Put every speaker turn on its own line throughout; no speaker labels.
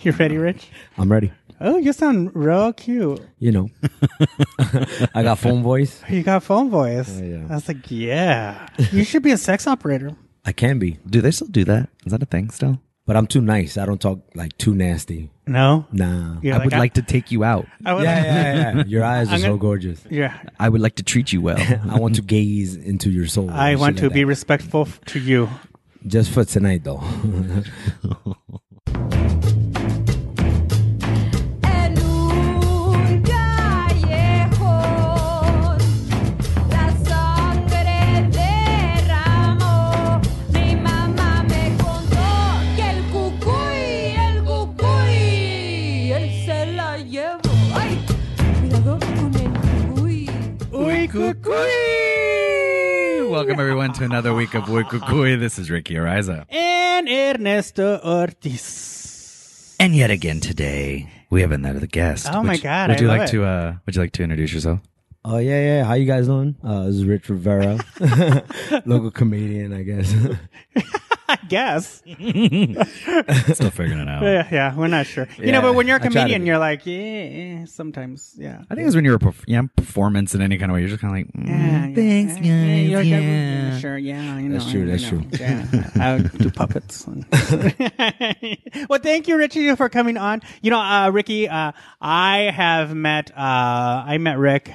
You ready, Rich?
I'm ready.
Oh, you sound real cute.
You know, I got phone voice.
You got phone voice.
Oh, yeah.
I was like, yeah. You should be a sex operator.
I can be,
Do they still do that? Is that a thing still?
but I'm too nice. I don't talk like too nasty.
No?
Nah.
You're
I would like to take you out.
I would
Yeah, yeah, yeah. Your eyes are
I'm
so
gonna-
gorgeous.
yeah.
I would like to treat you well.
I want to gaze into your soul.
I
and
want
shit
to
like
be
that.
respectful f- to you.
just for tonight, though.
En un callejón, la sangre derramó. Mi mamá me contó que el cucuy, el cucuy, él se la llevó. ¡Ay! Cuidado con el cucuy.
Welcome everyone to another week of Wui Kukui. This is Ricky Ariza.
And Ernesto Ortiz.
And yet again today, we have another guest.
Oh my
Would you-
God,
Would
I
you
love
like
it.
to uh would you like to introduce yourself?
Oh yeah, yeah. How you guys doing? Uh, this is Rich Rivera, local comedian, I guess.
I guess.
Still figuring it out.
Yeah, yeah, we're not sure. You know, but when you're a
I try to
comedian,
be.
you're like, yeah, yeah, sometimes, yeah.
I think it's when you're a perf- yeah, performance in any kind of way, you're just kind of like,
Yeah,
mm, thanks,
yeah, yeah,
guys,
you're-
yeah.
yeah, Sure, yeah, you know,
That's
I-
true,
I
that's
know.
true.
Yeah, I would do puppets. well, thank you, Richie, for coming on. You know, uh, Ricky, uh, I have met, uh, I met Rick,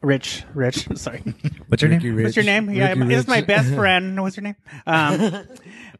Rich, Rich. I'm sorry.
What's your name?
What's your name? Yeah,
Ricky
this is my
Rich.
best friend. What's your name? Um,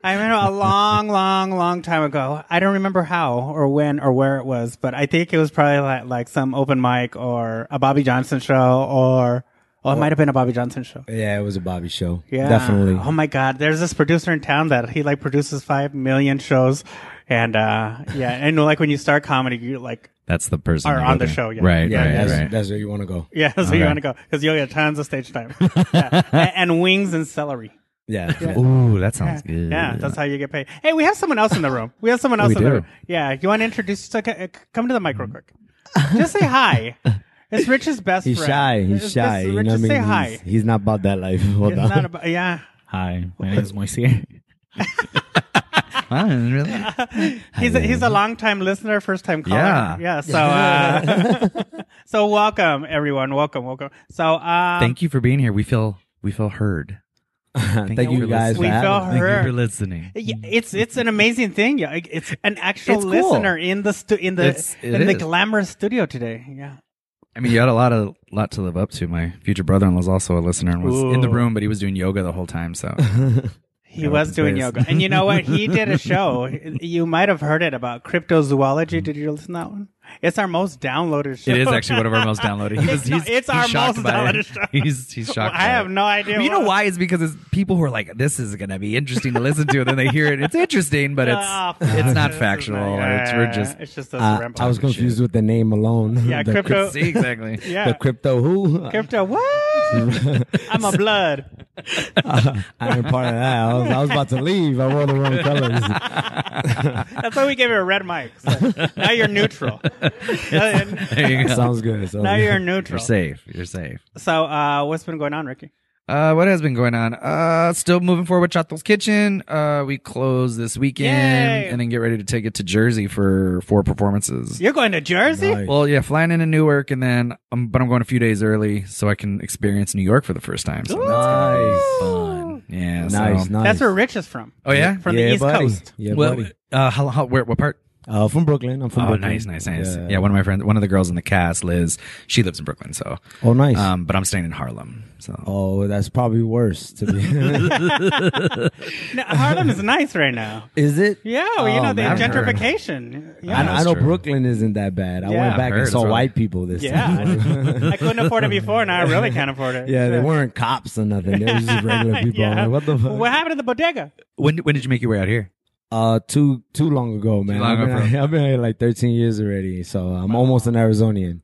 I remember a long, long, long time ago. I don't remember how or when or where it was, but I think it was probably like, like some open mic or a Bobby Johnson show or, oh, it might have been a Bobby Johnson show.
Yeah, it was a Bobby show.
Yeah.
definitely.
Oh my God. There's this producer in town that he like produces five million shows. And, uh, yeah. And like when you start comedy, you like,
That's the person.
Are
you
on
go
the
to.
show, yeah.
Right,
yeah,
right,
that's,
right.
that's where you want to go.
yeah, that's where you
Okay.
want to go because you'll get tons of stage time. yeah. and, and wings and celery.
Yeah.
Ooh, that sounds
Yeah,
good.
yeah, that's how you get paid. Hey, we have someone else in the room. We have someone else
We
in the
do.
room. Yeah, you want to introduce yourself? C- c- Come to the mic
Mm.
real quick. Just say hi. It's Rich's best
He's
friend.
shy.
It's-
He's
it's
shy.
Rich,
You know what I
just
mean?
say
He's,
hi.
he's not about that life. Hold
It's
on.
not about, yeah.
Hi, my name is Moisier.
Wow, really?
He's a, he's a long time listener, first time caller.
Yeah.
yeah. So uh, so welcome everyone, welcome, welcome. So um,
Thank you for being here. We feel we feel heard.
Thank you guys for
We
having
felt
me.
Thank you
Heard.
for listening.
Yeah, it's it's an amazing thing. Yeah, Like, it's an actual
It's cool.
listener in the stu- in the
It's- it
in the
is.
glamorous studio today. Yeah.
I mean, you had a lot of lot to live up to. My future brother-in-law is also a listener and was in the
Ooh.
room, but he was doing yoga the whole time. So
He
Yeah,
was
open
doing
space.
yoga. And you know what? He did a show. you might have heard it about cryptozoology. Did you listen to that one? It's our most downloaded show.
Hmm. it is actually one of our most downloaded. He was,
It's not-
he's-
it's
he's
our
shocked
most
by it.
downloaded show.
He's he's shocked.
I
by
have
it.
no idea.
But you know
what-
why? It's because it's people who are like, "This is going to be interesting to listen to," and then they hear it. It's interesting, but it's
Ah, fuck.
it's not
This is
factual.
not-
or
yeah,
it's
yeah,
we're
yeah.
just
It's just us
Uh,
rambling.
I was confused with the name alone.
Yeah,
the
crypto.
see exactly.
Yeah.
The crypto who?
crypto. What? I'm a blood.
I ain't part of that. I was, I was about to leave. I wore the wrong colors.
That's why we gave you a red mic. So now you're neutral. now
There you go.
Sounds good. Sounds good.
you're
You're
neutral.
safe. You're safe.
So uh, what's been going on, Ricky?
Uh, what has been going on? Uh, still moving forward with Chato's Kitchen. Uh, we close this weekend
Yay.
and then get ready to take it to Jersey for four performances.
You're going to Jersey?
Nice.
Well, yeah, flying into Newark and then, um, but I'm going a few days early so I can experience New York for the first time. So that's gonna be fun. Yeah, so-
nice, nice.
That's where Rich is from.
Oh yeah,
From
Yeah,
the East
buddy.
Coast.
Yeah,
well,
buddy.
uh, how, how, where, what part?
Uh, from Brooklyn. I'm from
Oh,
Brooklyn.
nice, nice, nice.
Yeah.
Yeah. one of my friends, one of the girls in the cast, Liz, she lives in Brooklyn. So,
Oh, nice.
um, but I'm staying in Harlem. So,
oh, that's probably worse to be.
No, Harlem is nice right now.
Is it?
Yeah, well, you
Oh,
know the
man.
I've heard.
gentrification. Yeah,
I, know- I
that's
know
true.
Brooklyn isn't that bad. I
Yeah.
went back
Heard,
and saw
that's what I-
white people this time.
yeah. I couldn't afford it before, and I really can't afford it.
yeah, they
Shit.
weren't cops or nothing. They were just regular people.
Yeah.
I'm like, what the fuck?
What happened to the bodega?
when when did you make your way out here?
Uh, too too long ago, man.
long
I've, been,
ago.
I've been here like 13 years already, so I'm almost an Arizonian.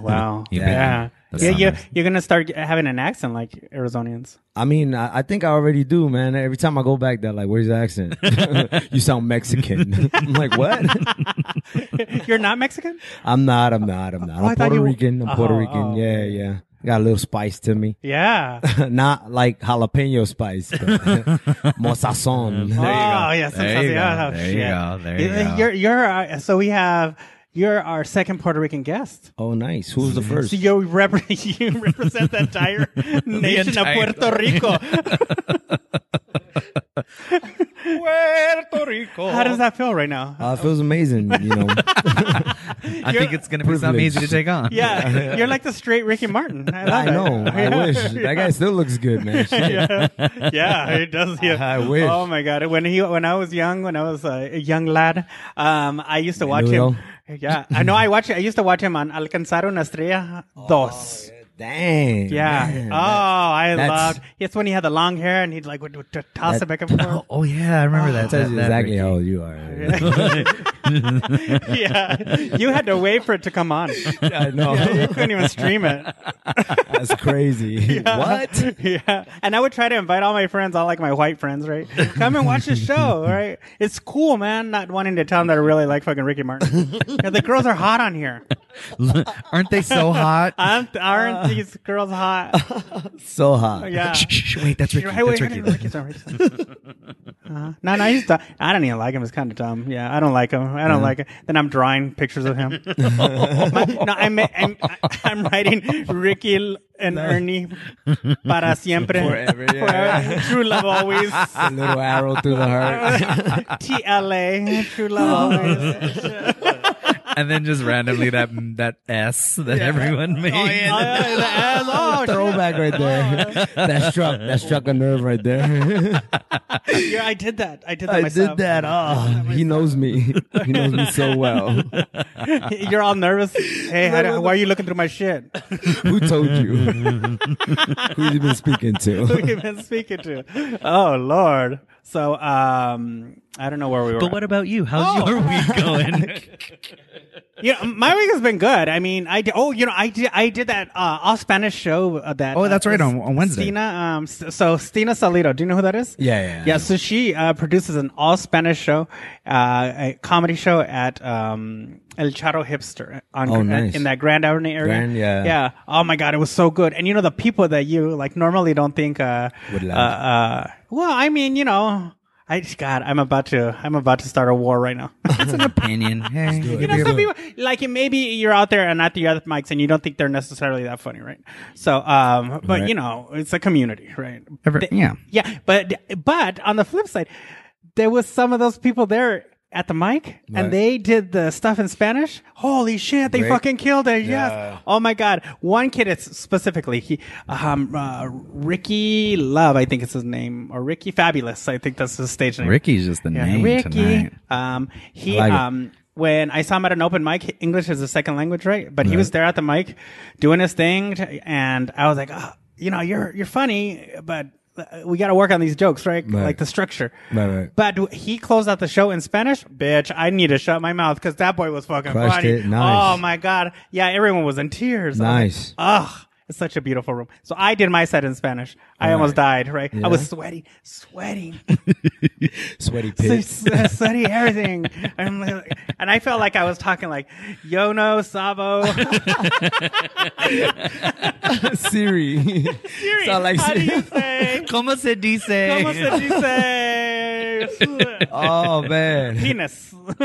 wow.
You
yeah.
bet.
Yeah,
That's
you,
nice.
you're gonna start having an accent like Arizonians.
I mean, I, I think I already do, man. Every time I go back, they're like, "Where's the accent? you sound Mexican." I'm like, "What?
You're not Mexican?
I'm not. I'm not. I'm
Oh, I
not. I'm
Oh, thought
Puerto
you-
Rican. I'm Puerto
Oh,
Rican.
oh.
yeah, yeah. Got a little spice to me.
Yeah.
Not like jalapeno spice, but more
oh,
sazon.
There you go.
yeah.
There you
sometimes-
go.
yeah, oh,
There you
shit.
go. There you
Yeah,
go.
You're, you're our, so we have, you're our second Puerto Rican guest.
Oh, nice. Who's the first?
So you, rep- you represent the entire nation
entire-
of Puerto Rico.
Puerto Rico.
How does that feel right now?
Uh, feels amazing, you know.
I think it's gonna be something
Privilege.
easy to take on.
yeah, you're like the straight Ricky Martin. I, love
I
it.
know. I wish that guy still looks good, man. Shit.
yeah, yeah, it does. Yeah.
I wish.
Oh my god, when he when I was young, when I was a young lad, um, I used to watch
Menudo.
him. Yeah, I know. I watch. I used to watch him on Alcanzar una estrella dos.
Dang.
yeah.
Oh, man.
oh, I
that's-
loved. It's when he had the long hair and he'd like would, would toss it back and forth.
Oh, oh, yeah, I remember
that
that.
tells
that-
you
that
exactly
Ricky.
how old you are.
yeah, you had to wait for it to come on.
I
you
know.
couldn't even stream it.
That's crazy. What?
yeah. And I would try to invite all my friends, all like my white friends, right? Come and watch the show, right? It's cool, man, not wanting to tell them that I really like fucking Ricky Martin. Yeah, the girls are hot on here.
Aren't they so hot?
Aren't, aren't these girls hot? Oh,
So hot.
Yeah.
Shh, shh, shh, wait, that's Ricky.
Right, wait,
That's
wait,
Ricky.
Ricky's on, Ricky's on. Uh-huh. No, no, he's. du- I don't even like him. It's kind of dumb. Yeah, I don't like him. I don't like him. Then I'm drawing pictures of him. My- no, I'm, I'm I'm writing Ricky L- and Ernie para siempre,
Forever, yeah.
Forever. true love always.
A little arrow through the heart.
TLA, true
Oh.
love always.
and then just randomly that that S that everyone made.
Oh, yeah, the ass. Oh, shit.
Throwback right there. that struck that struck a nerve right there.
Yeah, I did that. I did that
I
myself.
did that. Oh, he knows me. He knows me so well.
You're all nervous. Hey, how, why are you looking through my shit?
Who told you? Who's you been speaking
Who
to?
you been speaking to? Oh Lord. So um, I don't know where we were.
But what about you? How's your week going?
you know, my week has been good. I mean, I did, oh, you know, I did I did that uh, all Spanish show uh, that.
Oh, that's
uh,
right, on- on Wednesday.
Stina, um, s- so Stina Salido. Do you know who that is?
Yeah, yeah,
Yeah, so she uh, produces an all Spanish show, uh, a comedy show at um, El Charro Hipster on, uh,
Oh, nice.
in that Grand Avenue area.
Grand, yeah.
Yeah. Oh my God, it was so good. And you know the people that you like normally don't think uh,
Would
uh,
love.
uh, well, I mean, you know, I God, I'm about to I'm about to start a war right now.
That's an opinion. Hey,
do it.
you know,
You know, some people like maybe you're out there and at the other mics and you don't think they're necessarily that funny, right? So, um, but
Right.
you know, it's a community, right?
Every-
They-
yeah.
yeah. But but on the flip side, there was some of those people there at the mic
Right.
and they did the stuff in Spanish. Holy shit, they
Great.
fucking killed it.
Yeah.
Yes. Oh my god. One kid it's specifically he um uh, Ricky Love, I think is his name, or Ricky Fabulous, I think that's his stage name.
Ricky's just the
Yeah,
name
Ricky.
tonight.
Um, he
I like it.
um, when I saw him at an open mic, English is a second language, right? But he was there at the mic doing his thing, t- and I was like, oh, you know, you're you're funny, but uh, we got to work on these jokes, right?
Right.
Like the structure.
Right, right.
But w- he closed out the show in Spanish. Bitch, I need to shut my mouth because that boy was fucking
Crushed
funny.
it. Nice.
Oh my god, yeah, everyone was in tears. I was like,
Nice.
Ugh. It's such a beautiful room. So I did my set in Spanish. I almost died, right? I was sweating, sweating
Sweaty
s-
pits.
s- sweaty everything. I'm like, and I felt like I was talking like Yono Sabo.
Siri.
Siri,
Sound like
how do you
Siri.
say?
¿Cómo
Como se
se dice?
dice?
Oh man.
Penis.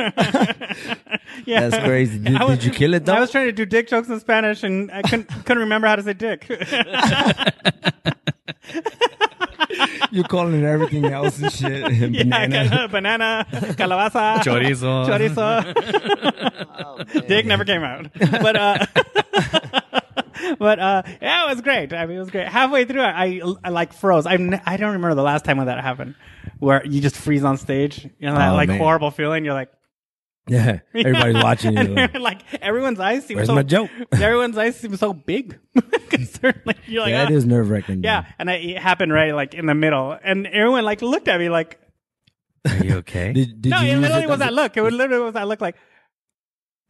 yeah.
That's crazy. Did,
I was-
did you kill it though?
I was trying to do dick jokes in Spanish and I couldn't, couldn't remember how to say dick.
You're calling it everything else and shit.
yeah,
Banana.
banana. banana, calabaza,
Chorizo.
chorizo.
Oh,
Dick never came out, but uh, but uh, yeah, it was great. I mean, it was great. Halfway through, I, I, like froze. I n- I don't remember the last time when that happened, where you just freeze on stage. You know that
Oh,
like
man.
horrible feeling. You're like
Yeah. Everybody's watching
and
you.
they're like everyone's eyes seem
Where's
so
my joke?
everyone's eyes seem so big. 'Cause they're like, you're like
Yeah,
"Ah."
it is nerve wracking.
Yeah, and I, it happened right like in the middle, and everyone like looked at me like.
Are you okay?
Did, did
No,
you
it
use
literally
it
was
as
that look. It would literally was that look like.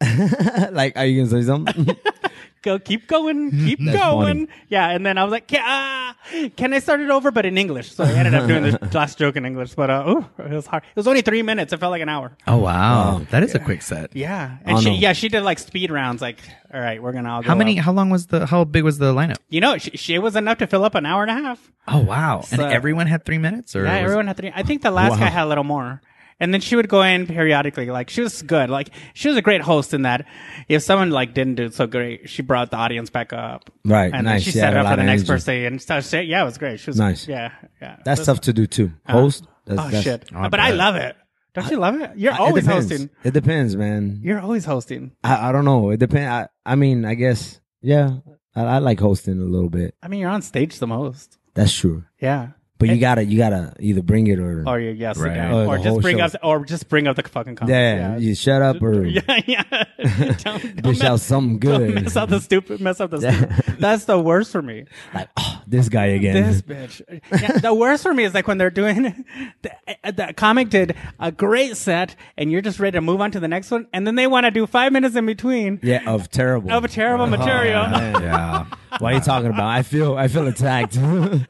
a- like, are you gonna say something?
go, keep going, keep going. Yeah, and then I was like, can, ah, can I start it over, but in English? So I ended up doing this last joke in English, but uh, ooh, it was hard. It was only three minutes. It felt like an hour.
Oh wow, that is a quick set.
Yeah, and
Oh,
she,
no.
yeah, she did like speed rounds. Like, all right, we're gonna all go
How many?
up."
How long was the? How big was the lineup?
You know, she, she was enough to fill up an hour and a half.
Oh wow, and
So-
everyone had three minutes, or
Yeah,
was-
everyone had three. I think the last guy had a little more. And then she would go in periodically. Like she was good. Like she was a great host in that. If someone like didn't do so great, she brought the audience back up.
Right,
And then
nice.
she
She
set
had
it
a
up
lot
for the
of
next
energy.
person and stuff. She- yeah, it was great. She was
Nice.
Yeah, yeah.
That's tough to do too. Host. That's,
Oh
that's-
shit!
I
but I
bet.
love it. Don't you love it? You're
I-
always
it depends.
hosting.
It depends, man.
You're always hosting.
I, I don't know. It depends. I, I mean, I guess. Yeah, I, I like hosting a little bit.
I mean, you're on stage the most.
That's true.
Yeah.
But you gotta, you gotta either bring it or,
Or you yeah, sit
Right.
down.
Or
Or
Oh, the
just
whole
bring
show.
up or just bring up the fucking
yeah,
comedy.
you shut up or
Yeah, yeah. Don't- don't
dish out something
Don't
good.
mess up the stupid. Mess up the stupid. That's the worst for me.
Like, oh, this guy again.
This bitch. Yeah, the worst for me is like when they're doing the, uh, the comic did a great set and you're just ready to move on to the next one, and then they want to do five minutes in between
yeah, Oh, of terrible.
of terrible material.
man.
Uh, Yeah,
What are you talking about? I feel, I feel attacked. I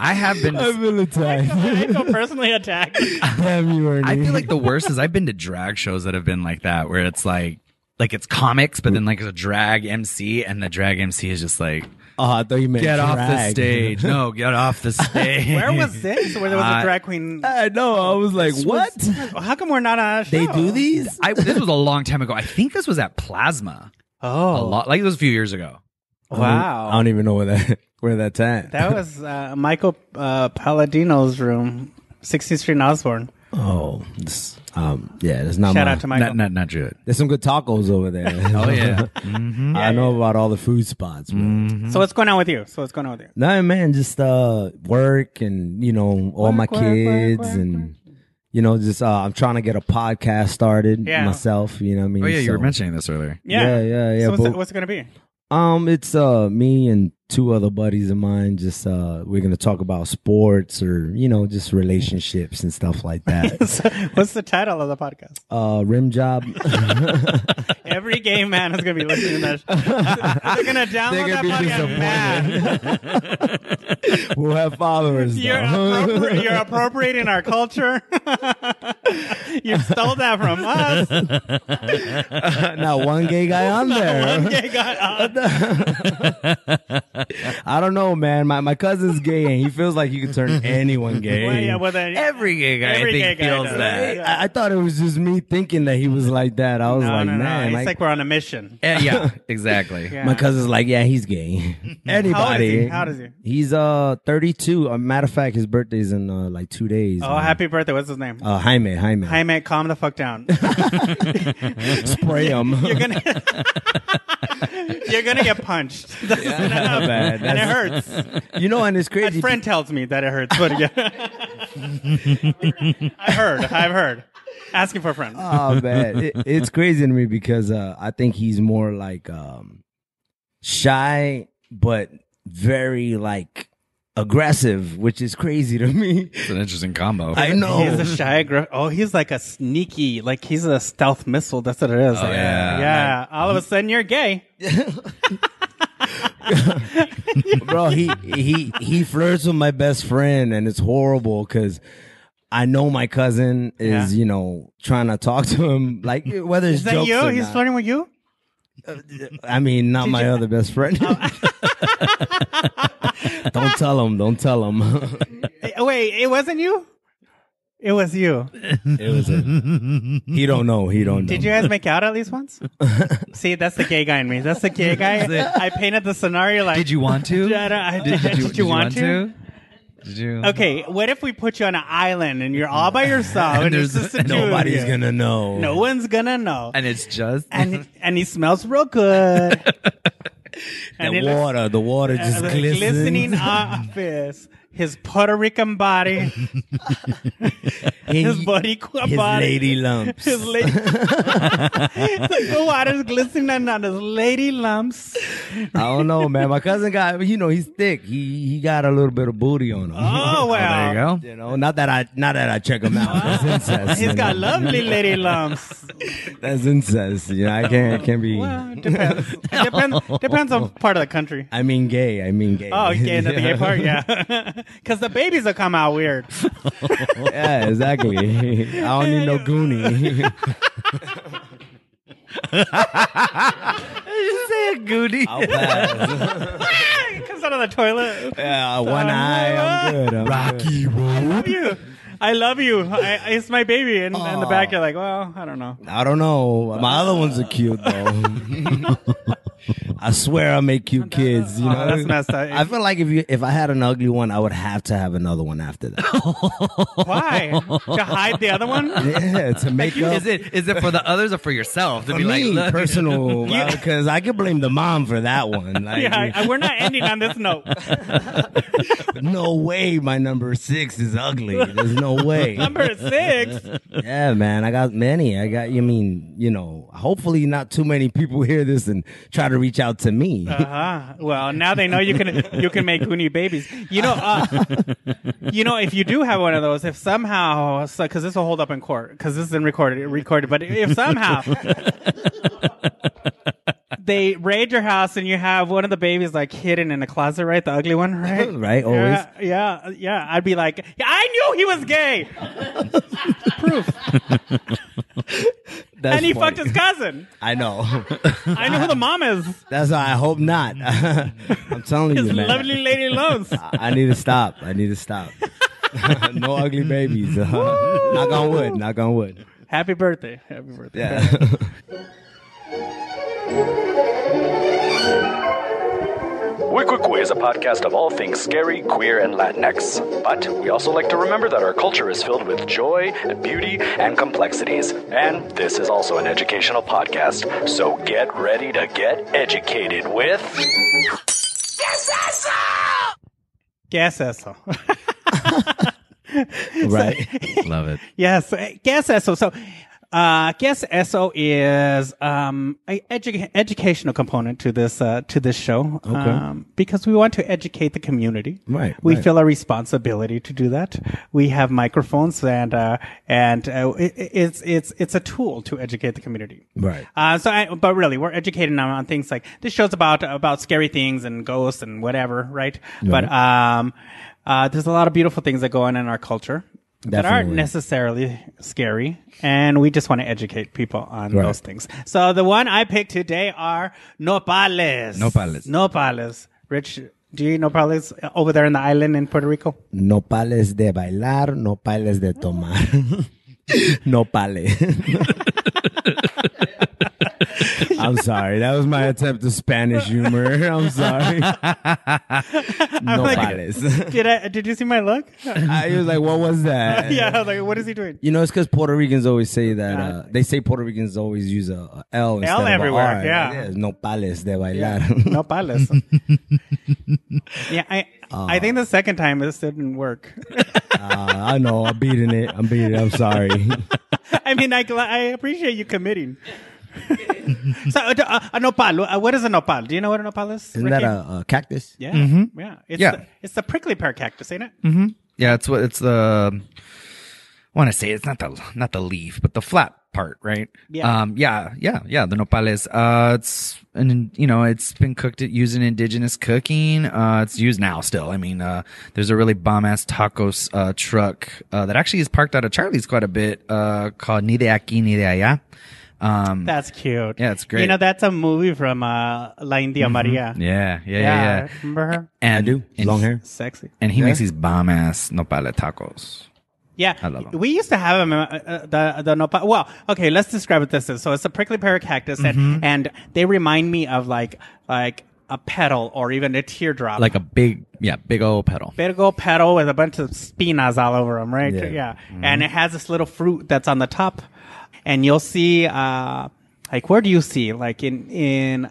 I have been.
feel attacked.
I feel personally attacked.
Damn you, Ernie.
I feel like the worst is I've been to drag shows that have been like that, where it's like, like it's comics, but then like it's a drag MC, and the drag MC is just like,
Oh, I thought you meant
get off the
drag.
stage. No, get off the stage.
Where was this? Where there was a
I-
drag queen?
I know.
Oh,
I was like, what?
How come we're not on a show?
They do these?
I, this was a long time ago. I think this was at Plasma.
Oh,
A lot, like it was a few years ago.
Oh,
wow.
I don't even know where that where that's at.
that was uh, Michael uh, Palladino's room, 16th Street and Osborne.
oh, this- um, yeah. That's not
Shout
my,
out to Michael.
Not, not, not Jewett.
There's some good tacos over there.
Oh yeah.
I know about all the food spots, man.
So what's going on with you? So what's going on with you?
No, man, just uh, work and you know all my
Work, work, work,
kids
work,
and you know just uh, I'm trying to get a podcast started
Yeah.
myself. You know what I mean?
Oh yeah, you were
So-
mentioning this earlier.
Yeah,
Yeah, yeah, yeah,
So what's,
but-
it, what's it gonna be?
Um, it's uh me and two other buddies of mine. Just uh, we're gonna talk about sports or you know just relationships and stuff like that.
So what's the title of the podcast?
uh, rim job.
Every gay man is gonna be listening to that. They're gonna download
gonna
that
be
podcast. mad.
we'll have followers.
You're,
though.
appropri- you're appropriating our culture. you stole that from us.
Not one gay guy on there.
Gay guy. Uh,
I don't know, man. My my cousin's gay and he feels like you can turn anyone gay.
well, yeah, well, then,
Every gay guy,
Every
I think,
gay guy
feels
does.
that.
Hey, I, I thought it was just me thinking that he was like that. I was
no,
like,
no, no.
man,
It's
like,
like we're on a mission.
Eh, yeah, exactly.
Yeah.
my cousin's like, yeah, he's gay. Anybody?
How old is he? How old is he?
He's uh 32. A matter of fact, his birthday's in uh, like two days.
Oh,
man.
happy birthday! What's his name?
Uh, Jaime, Jaime.
Jaime, calm the fuck down.
Spray him.
You're gonna, you're gonna get punched. That's not
bad.
And it hurts.
you know, and it's
A
crazy.
friend tells me that it hurts, but yeah. I heard. I've heard. Asking for a friend.
oh man, it, it's crazy to me because uh, I think he's more like um, shy, but very like aggressive, which is crazy to me.
It's an interesting combo.
I know.
He's a shy girl. Oh, he's like a sneaky, like he's a stealth missile. That's what it is. Like,
yeah.
yeah. All of a sudden, you're gay.
bro he he he flirts with my best friend and it's horrible because i know my cousin is
Yeah.
you know trying to talk to him like whether it's
Is that
jokes
you?
or
He's
not.
flirting with you.
i mean not my other best friend
Oh.
don't tell him don't tell him
Eh, Wait, it wasn't you. It was you.
it was a, he don't know he don't know
Did you guys make out at least once? See, that's the gay guy in me. That's the gay guy. I painted the scenario like.
Did you want to?
Yeah, I don't- I- did, you, want to?
Did you?
Okay, what if we put you on an island and you're all by yourself and,
And
there's
there's-
just the two of
nobody's
you?
gonna know
No one's gonna know.
And it's just
and and he smells real good.
the
he looks- Uh,
water the water just
the
glistens.
glistening office, his Puerto Rican body. his
he-
body, co-
his
body-
lady lumps.
his lady. it's like the water's glistening on his lady lumps.
I don't know, man. My cousin got, you know, he's thick. He he got a little bit of booty on him.
Oh well,
There you go.
You know, not that I not that I check him out. That's incest.
He's
you
got
know.
lovely lady lumps.
That's incest. You know, I can't I can't be.
Well, depends. depends. Depends on part of the country.
I mean, gay. I mean, gay.
Oh, okay, the gay part, yeah. Because the babies will come out weird.
yeah, exactly. I don't need no goonie.
you say a goody?
I'll pass.
it comes out of the toilet.
Yeah, one eye. I'm good. I'm Rocky
I love you. I love you. I, it's my baby. And in the back, you're like, well, I don't know.
I don't know. My other ones are cute though. I swear I make cute kids. You
Oh,
know,
that's messed up.
I feel like if you if I had an ugly one, I would have to have another one after that.
Why? to hide the other one?
yeah, to make up.
Is it is it for the others or for yourself? To
for
be like,
me,
look-
personal, because I could blame the mom for that one. Like,
Yeah, I- we're not ending on this note.
no way, my number six is ugly. There's no way.
Number six.
yeah, man, I got many. I got. You mean, you know, hopefully not too many people hear this and try to reach out to me.
Uh-huh. Well, now they know you can you can make Goonie babies. You know, uh, you know, if you do have one of those, if somehow, because this will hold up in court, because this isn't recorded, recorded. But if somehow they raid your house and you have one of the babies like hidden in a closet, right, the ugly one, right,
Right, always.
yeah, yeah, yeah, I'd be like, "Yeah, I knew he was gay,
That's
and he
funny.
fucked his cousin.
I know.
I know who the mom is.
That's why I hope not. I'm telling
His
you, man.
lovely lady loves.
I I need to stop. I need to stop. no ugly babies. knock on wood. Knock on wood.
Happy birthday, happy birthday.
Yeah.
Wickwick Way is a podcast of all things scary, queer, and Latinx. But we also like to remember that our culture is filled with joy, and beauty, and complexities. And this is also an educational podcast. So get ready to get educated with.
Gas asshole.
right.
Love it.
Yes, eh, guess eso. So, uh, guess eso is um, a edu- educational component to this uh, to this show um, because we want to educate the community.
Right,
We
right.
feel a responsibility to do that. We have microphones and uh, and uh, it, it's it's it's a tool to educate the community.
Right.
Uh, so, I, but really, we're educating them on things like this show's about about scary things and ghosts and whatever, right? But um, uh, there's a lot of beautiful things that go on in our culture that aren't
Definitely.
necessarily scary, and we just want to educate people on
Right.
those things. So, the one I picked today are nopales.
Nopales.
Nopales. Rich, do you eat nopales over there in the island in Puerto Rico?
No pales de bailar, no pales de tomar. no pales. I'm sorry. That was my attempt at Spanish humor. I'm sorry. No
like-
pales.
Did I? Did you see my look?
I was like, what was that?
yeah, I was like, what is he doing?
You know, it's because Puerto Ricans always say that. Uh, they say Puerto Ricans always use a, a L instead of a
everywhere,
R.
yeah.
It is. No pales de bailar.
no palace. yeah, I I think the second time this didn't work.
Uh, I know. I'm beating it. I'm beating it. I'm sorry.
I mean, I gl- I appreciate you committing. so uh, uh, a nopal, uh, what is a nopal? Do you know what a nopal is?
Isn't that
Ricky?
a, a cactus?
yeah, yeah. It's
Yeah.
The, it's the prickly pear cactus, ain't it?
Yeah, it's what it's the. I want to say it's not the not the leaf, but the flat part, right?
Yeah.
Um. Yeah. Yeah. Yeah. The nopales. Uh. It's and you know it's been cooked using indigenous cooking. Uh. It's used now still. I mean, uh. There's a really bomb ass tacos uh, truck uh, that actually is parked out of Charlie's quite a bit. Uh. Called ni de aquí ni de allá. Um.
That's cute.
Yeah, it's great.
You know, that's a movie from uh, La India Maria.
yeah. Yeah. Yeah.
Yeah,
Yeah.
remember her?
And,
I do.
And,
Long hair.
Sexy.
And he makes these bomb ass nopale tacos.
Yeah,
I love 'em.
we used to have them. Uh, uh, the the nopal. Well, okay, let's describe what this is. So it's a prickly pear cactus,
Mm-hmm.
and and they remind me of like like a petal or even a teardrop,
Like a big, yeah, big old petal.
big old petal with a bunch of spinas all over them, right? Yeah,
Mm-hmm.
and it has this little fruit that's on the top, and you'll see uh like where do you see like in in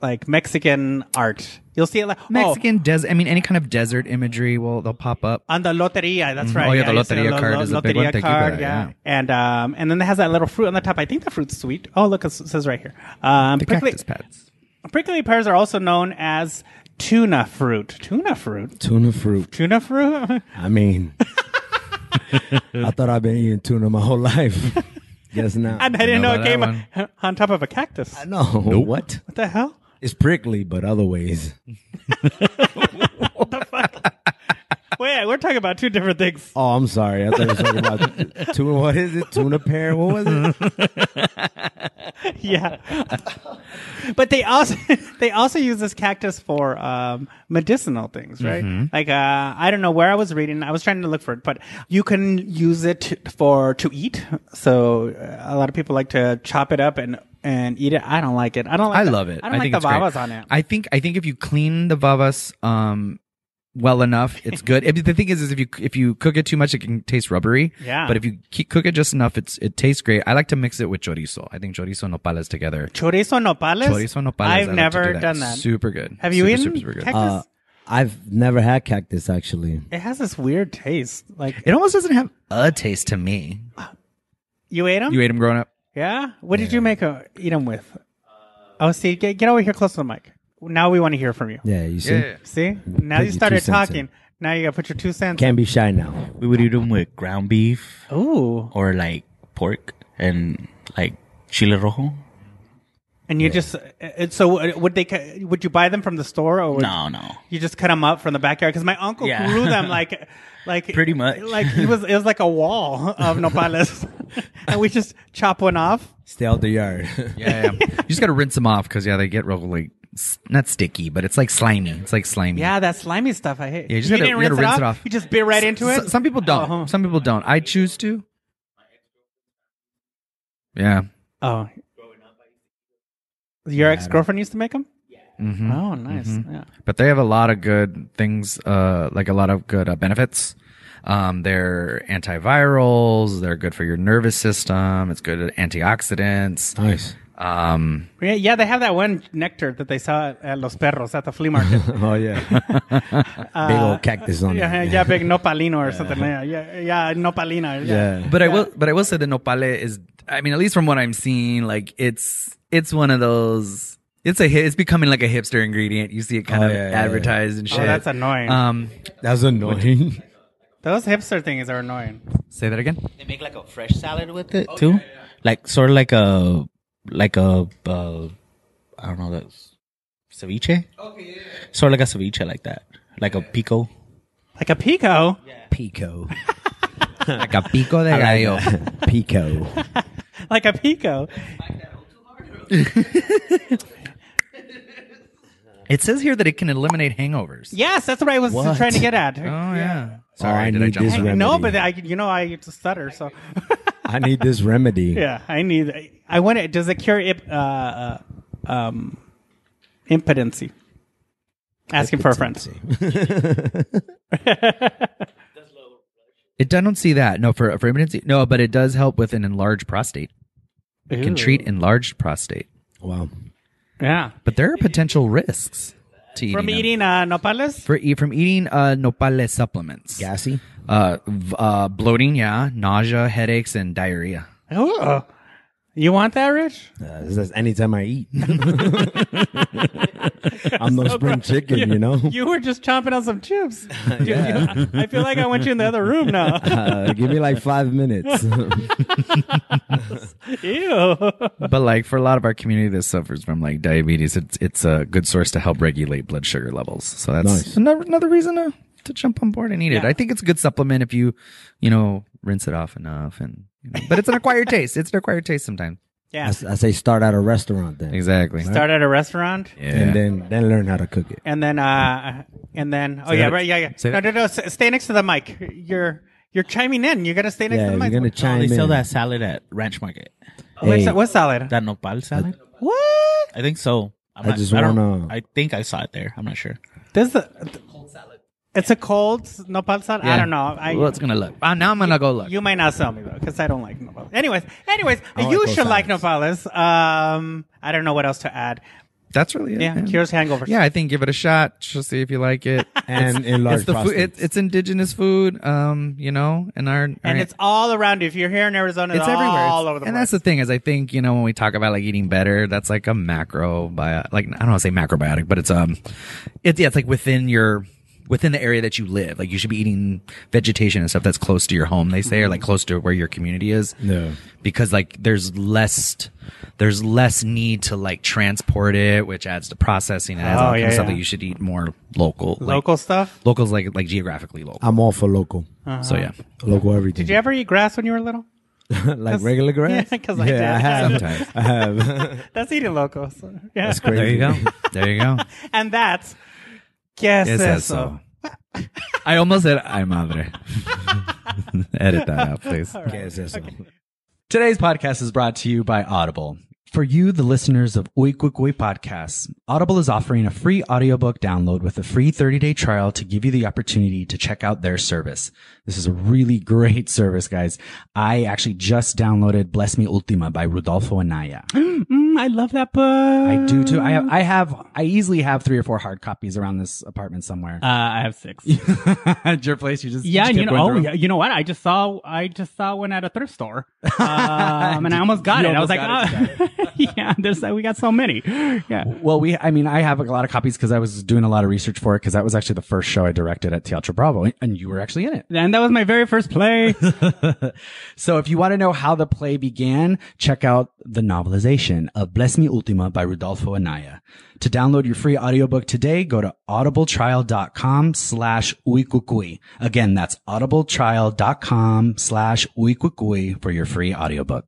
like Mexican art. You'll see it like oh,
Mexican desert. I mean, any kind of desert imagery will they'll pop up.
on the loteria. That's
Mhm.
right.
Oh, yeah, the
you see
loteria
lo-
card
lo-
is a big one.
loteria
Thank you for
card,
that,
yeah.
yeah.
And um, and then it has that little fruit on the top. I think the fruit's sweet. Oh, look, it s- says right here. Um,
The
prickly,
cactus pads.
prickly pears are also known as tuna fruit. Tuna fruit.
Tuna fruit.
Tuna fruit.
I mean, I thought I've been eating tuna my whole life. Guess not.
and I didn't know,
know
it came
about that
on top of a cactus. What
no. What?
the hell?
It's prickly, but other ways.
Wait, we're talking about two different things.
Oh, I'm sorry. I thought you were talking about tuna. What is it? Tuna pear? What was it?
yeah. but they also they also use this cactus for um, medicinal things, right?
Mm-hmm.
Like uh, I don't know where I was reading. I was trying to look for it, but you can use it for to eat. So uh, a lot of people like to chop it up and and eat it. I don't like it. I don't. Like
I
the-
love it.
I don't like
think
the
it's great.
babas on it.
I think I think if you clean the babas um well enough, it's good. I mean, the thing is, is if you if you cook it too much, it can taste rubbery.
Yeah.
But if you keep, cook it just enough, it's it tastes great. I like to mix it with chorizo. I think chorizo and nopales together.
Chorizo nopales.
Chorizo and nopales. I
I've
like to
never
do that.
done that.
Super good.
Have you
super,
eaten
Super, super good.
cactus?
Uh, I've never had cactus, actually.
it has this weird taste. Like
it almost doesn't have a Uh, taste to me.
you ate them.
You ate them growing up.
Yeah. What did you make uh, eat them with? Oh, see, get, get over here close to the mic. Now we want to hear from you.
Yeah, you see?
See, now
Put
you
your
started
two cents in.
talking. Now you got to put your two cents.
Can't be shy now.
We would eat them with ground beef
Oh. Ooh,
or like pork and like chile rojo.
and you just it, so uh, would they? ca- Would you buy them from the store or would
No, no.
you just cut them up from the backyard? Because my uncle
Yeah.
grew them like, like
Pretty much.
like he was. It was like a wall of nopales, and we just chop one off.
Stay out the yard.
Yeah, yeah. you just got to rinse them off because yeah, they get real like s- not sticky, but it's like slimy. It's like slimy.
Yeah, that slimy stuff I hate.
Yeah, you just gotta- you gotta rinse it off.
You just bit right into
S-
it.
s- some people don't.
Oh.
Some people don't. I choose to. Yeah.
Oh. Your ex girlfriend used to make them?
hmm
Oh, nice. Yeah.
But they have a lot of good things, uh, like a lot of good uh, benefits. Um, they're antivirals. They're good for your nervous system. It's good at antioxidants.
nice.
Um,
yeah. Yeah, they have that one nectar that they saw at, at Los Perros at the flea market.
Oh, yeah. Big old cactus on
yeah,
it.
yeah, big nopalino or something. Yeah, yeah, yeah nopalina. Yeah.
Yeah.
but I will, but I will say the nopale is, I mean, at least from what I'm seeing, like it's, it's one of those, it's a hit. It's becoming like a hipster ingredient. You see it kind
Oh,
of
yeah, yeah, yeah.
advertised and shit.
Oh, that's annoying.
um,
That's annoying.
Those hipster things are annoying.
say that again.
They make like a fresh salad with it too, Uh, like sort of like a like a uh, I don't know that ceviche. Okay, yeah. Sort of like a ceviche, like that, like a pico.
Like a pico.
Pico.
Like a pico de gallo.
Pico.
Like a pico.
It says here that it can eliminate hangovers.
Yes, that's what I was
What?
trying to get at.
Oh yeah.
Oh, I
Sorry, did I
need
jump?
this
on
I-
it?
remedy.
no, but I, you know, I stutter, so.
I need this remedy.
Yeah, I need. I, I want it. Does it cure ip, uh, uh, um, impotency? Asking for a friend.
It I don't see that. No, for for impotency. No, but it does help with an enlarged prostate. It can treat enlarged prostate.
Wow.
Yeah,
But there are potential risks to eating
from
them.
eating uh, nopales.
for e- from eating uh, nopale supplements.
Gassy?
Uh, v- uh, bloating. Yeah, nausea, headaches, and diarrhea.
Ooh. You want that, Rich?
Uh, this is anytime I eat. I'm no spring chicken, you know?
You were just chomping on some chips. Dude, I I feel like I want you in the other room now.
Uh, give me like five minutes.
Ew.
but like for a lot of our community that suffers from like diabetes, it's it's a good source to help regulate blood sugar levels. So that's
Nice.
another another reason to, to jump on board and eat it.
Yeah.
I think it's a good supplement if you you know rinse it off enough and. you know, but it's an acquired taste. It's an acquired taste sometimes.
I,
Yeah.
s- I say start at a restaurant then.
Exactly.
Start at a restaurant.
yeah.
And then, then learn how to cook it.
And then, uh, and then, oh yeah,
that-
right, yeah, yeah.
say
no,
that-
no, no. s- Stay next to the mic. You're you're chiming in. You got to stay next
Yeah,
to the mic.
you're going to
Oh,
chime
they
in.
sell that salad at Ranch Market.
What's-
Hey,
What's salad?
That nopal salad.
What?
I think so. I'm
I just
don't-
wanna-
I think I saw it there. I'm not sure.
There's a cold salad. It's a cold s- nopal salad. I
Yeah.
don't know. I,
well, it's gonna look. Uh, now I'm gonna go look.
you might not sell me though, because I don't like nopales. Anyways, anyways,
like
you
those
should like
salads.
nopales. Um, I don't know what else to add.
that's really it.
Yeah,
man.
cures hangovers.
Yeah, I think give it a shot. Just see if you like it.
and in large
it's the food. It, it's indigenous food. Um, you know, and our
and it's all around you. If you're here in Arizona, it's,
it's everywhere. It's-
all over the
and
place.
that's the thing is, I think you know when we talk about like eating better, that's like a macro bio, like I don't want to say macrobiotic, but it's um, it's yeah, it's like within your within the area that you live. Like you should be eating vegetation and stuff that's close to your home. They say or like close to where your community is.
Yeah.
because like there's less there's less need to like transport it, which adds to processing. and adds
Oh,
all that kind
yeah,
of stuff
yeah.
that you should eat more local. like-
Local stuff.
locals like like geographically local.
I'm all for local,
Uh-huh.
So yeah.
local everything.
Did you ever eat grass when you were little?
like regular grass?
Yeah, 'cause I did.
I have.
Sometimes.
I have.
That's eating local. So, yeah.
That's crazy.
There you go. There you go.
And that's guess
Yes,
eso.
yes, so. I almost said ay madre. Edit that out, please.
Yeah, it's just-
Today's podcast is brought to you by Audible. For you, the listeners of Oi Quick Oi podcasts, Audible is offering a free audiobook download with a free 30-day trial to give you the opportunity to check out their service. This is a really great service, guys. I actually just downloaded Bless Me Ultima by Rudolfo Anaya.
Mm, I love that book.
I do too. I have, I have, I easily have three or four hard copies around this apartment somewhere.
Uh, I have six.
At your place, you just
Yeah, and
just
you
kept
know,
going
oh,
through
yeah, you know what? I just saw, I just saw one at a thrift store, um, and I almost got
You
it. I
almost
was like, oh. yeah, there's we got so many. Yeah,
Well, we, I mean, I have a lot of copies because I was doing a lot of research for it because that was actually the first show I directed at Teatro Bravo and you were actually in it.
and that was my very first play.
So if you want to know how the play began, check out the novelization of Bless Me Ultima by Rudolfo Anaya. To download your free audiobook today, go to audibletrial.com slash uikukui. Again, that's audibletrial.com slash uikukui for your free audiobook.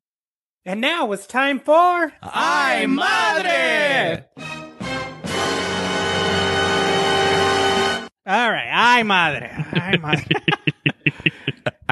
And now it's time for
Ay Madre!
All right, ay madre, ay madre.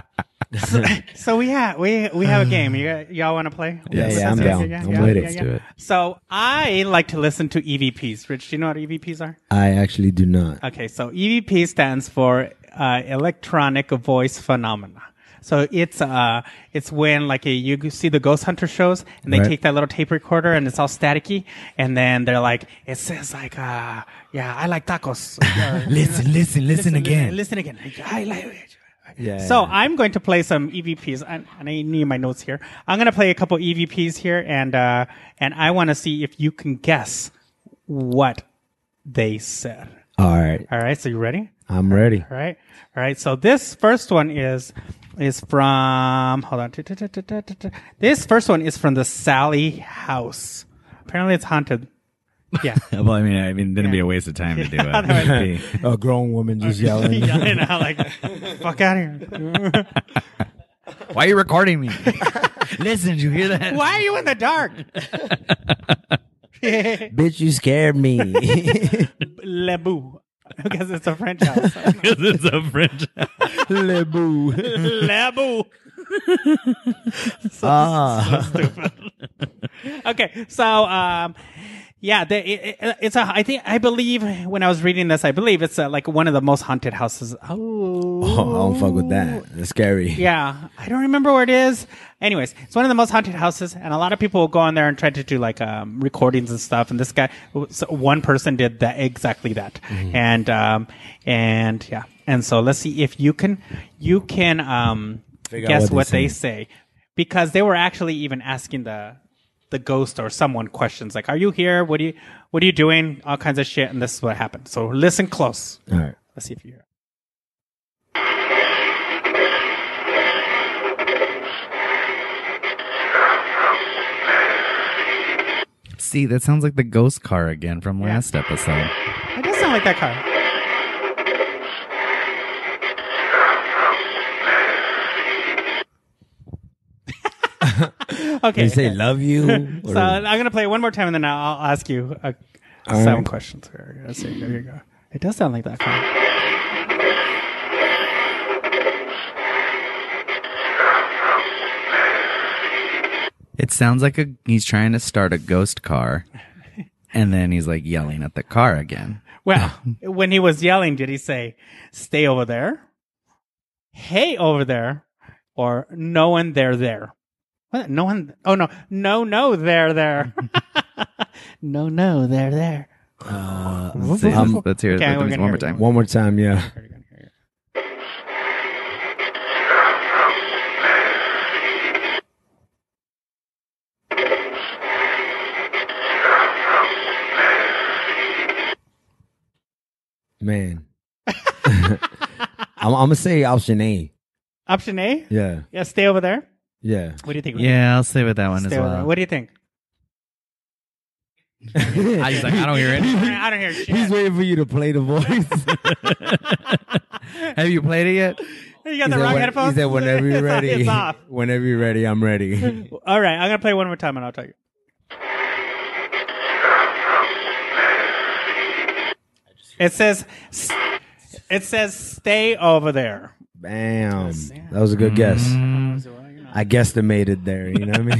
so, so we have we we have a game. You y'all want to play?
Yeah, yeah, I'm down. I'm with it. Let's do it.
So I like to listen to EVPs. Rich, do you know what EVPs are?
I actually do not.
Okay, so EVP stands for uh, electronic voice phenomena. So it's uh it's when like you see the ghost hunter shows and they
Right.
take that little tape recorder and it's all staticky and then they're like it says like uh yeah I like tacos Or,
Listen, listen, listen again.
listen again I like it.
Yeah.
So I'm going to play some EVPs, and, and I need my notes here. I'm going to play a couple EVPs here, and uh, and I want to see if you can guess what they said.
all right,
All right, so you ready?
I'm ready.
All right, all right. So this first one is is from hold on. Tu-tu-tu-tu-tu-tu-tu. This first one is from the Sally house. Apparently, it's haunted. Yeah,
Well, I mean, I mean, it'd be a waste of time to do it.
A grown woman just yelling.
yeah, and I'm like, fuck out of here.
Why are you recording me? Listen, did you hear that?
Why are you in the dark?
Bitch, you scared me.
Lebu, because it's a French house.
Because it's a French.
Lebu.
ah.
okay, so um, yeah, the, it, it, it's a. I think I believe when I was reading this, I believe it's uh like one of the most haunted houses. Oh,
Oh, I don't fuck with that. That's scary.
Yeah, I don't remember where it is. Anyways, it's one of the most haunted houses, and a lot of people will go on there and try to do like um, recordings and stuff. And this guy, so one person did that exactly that,
Mm-hmm.
and um, and yeah, and so let's see if you can you can um,
Figure out
guess
what
what,
they
they say because they were actually even asking the the ghost or someone questions like, "Are you here? What do you what are you doing? All kinds of shit." And this is what happened. So listen close.
All right.
Let's see if you hear. it.
See, that sounds like the ghost car again from last episode.
It does sound like that car. okay.
They say love you.
so I'm gonna play it one more time, and then I'll, I'll ask you uh,
All
seven
right.
questions. Here, Let's see. Here you go. It does sound like that car.
It sounds like a he's trying to start a ghost car, and then he's like yelling at the car again.
Well, when he was yelling, did he say "stay over there," "hey over there," or "no one there there"? What? No one. Oh no, no, no, there there. No, no, they're there.
Uh,
Let's, see,
Um,
let's, let's hear it
okay,
Let
we're
me-
gonna
one more
hear it.
time.
one more time, yeah. Man, I'm, I'm gonna say option A.
Option A?
Yeah,
Yeah, stay over there.
yeah.
What do you think? Rick?
Yeah, I'll stay with that one as
Stay over there.
well.
What do you think?
I just like I don't hear it.
I don't hear shit.
He's waiting for you to play the voice.
Have you played it yet?
You got the
He said,
wrong
when-
headphones?
He said, whenever you're
It's off-
ready.
it's off.
Whenever you're ready, I'm ready.
All right, I'm going to play one more time and I'll tell you. It says, it says, stay over there.
Bam. That was a good guess.
Mm.
I guesstimated there, you know what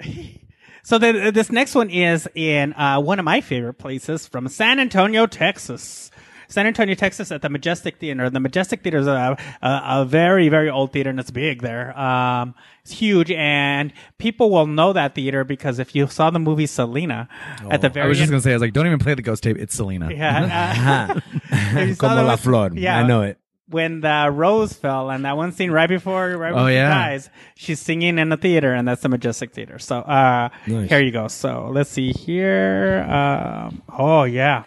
I mean?
So the, this next one is in uh, one of my favorite places from San Antonio, Texas. San Antonio, Texas, at the Majestic Theater. The Majestic Theater is a, a, a very, very old theater, and it's big there. Um, it's huge, and people will know that theater because if you saw the movie Selena, at the
Oh.
very
I was just
end,
gonna say I was like, don't even play the ghost tape. It's Selena.
yeah, uh, if you saw
Como
the
la
one-
flor.
yeah.
I know it.
when the rose fell and that one scene right before right
Oh,
before
yeah.
she dies, she's singing in the theater and that's the Majestic Theater. So uh
Nice.
here you go. So let's see here. Um oh yeah.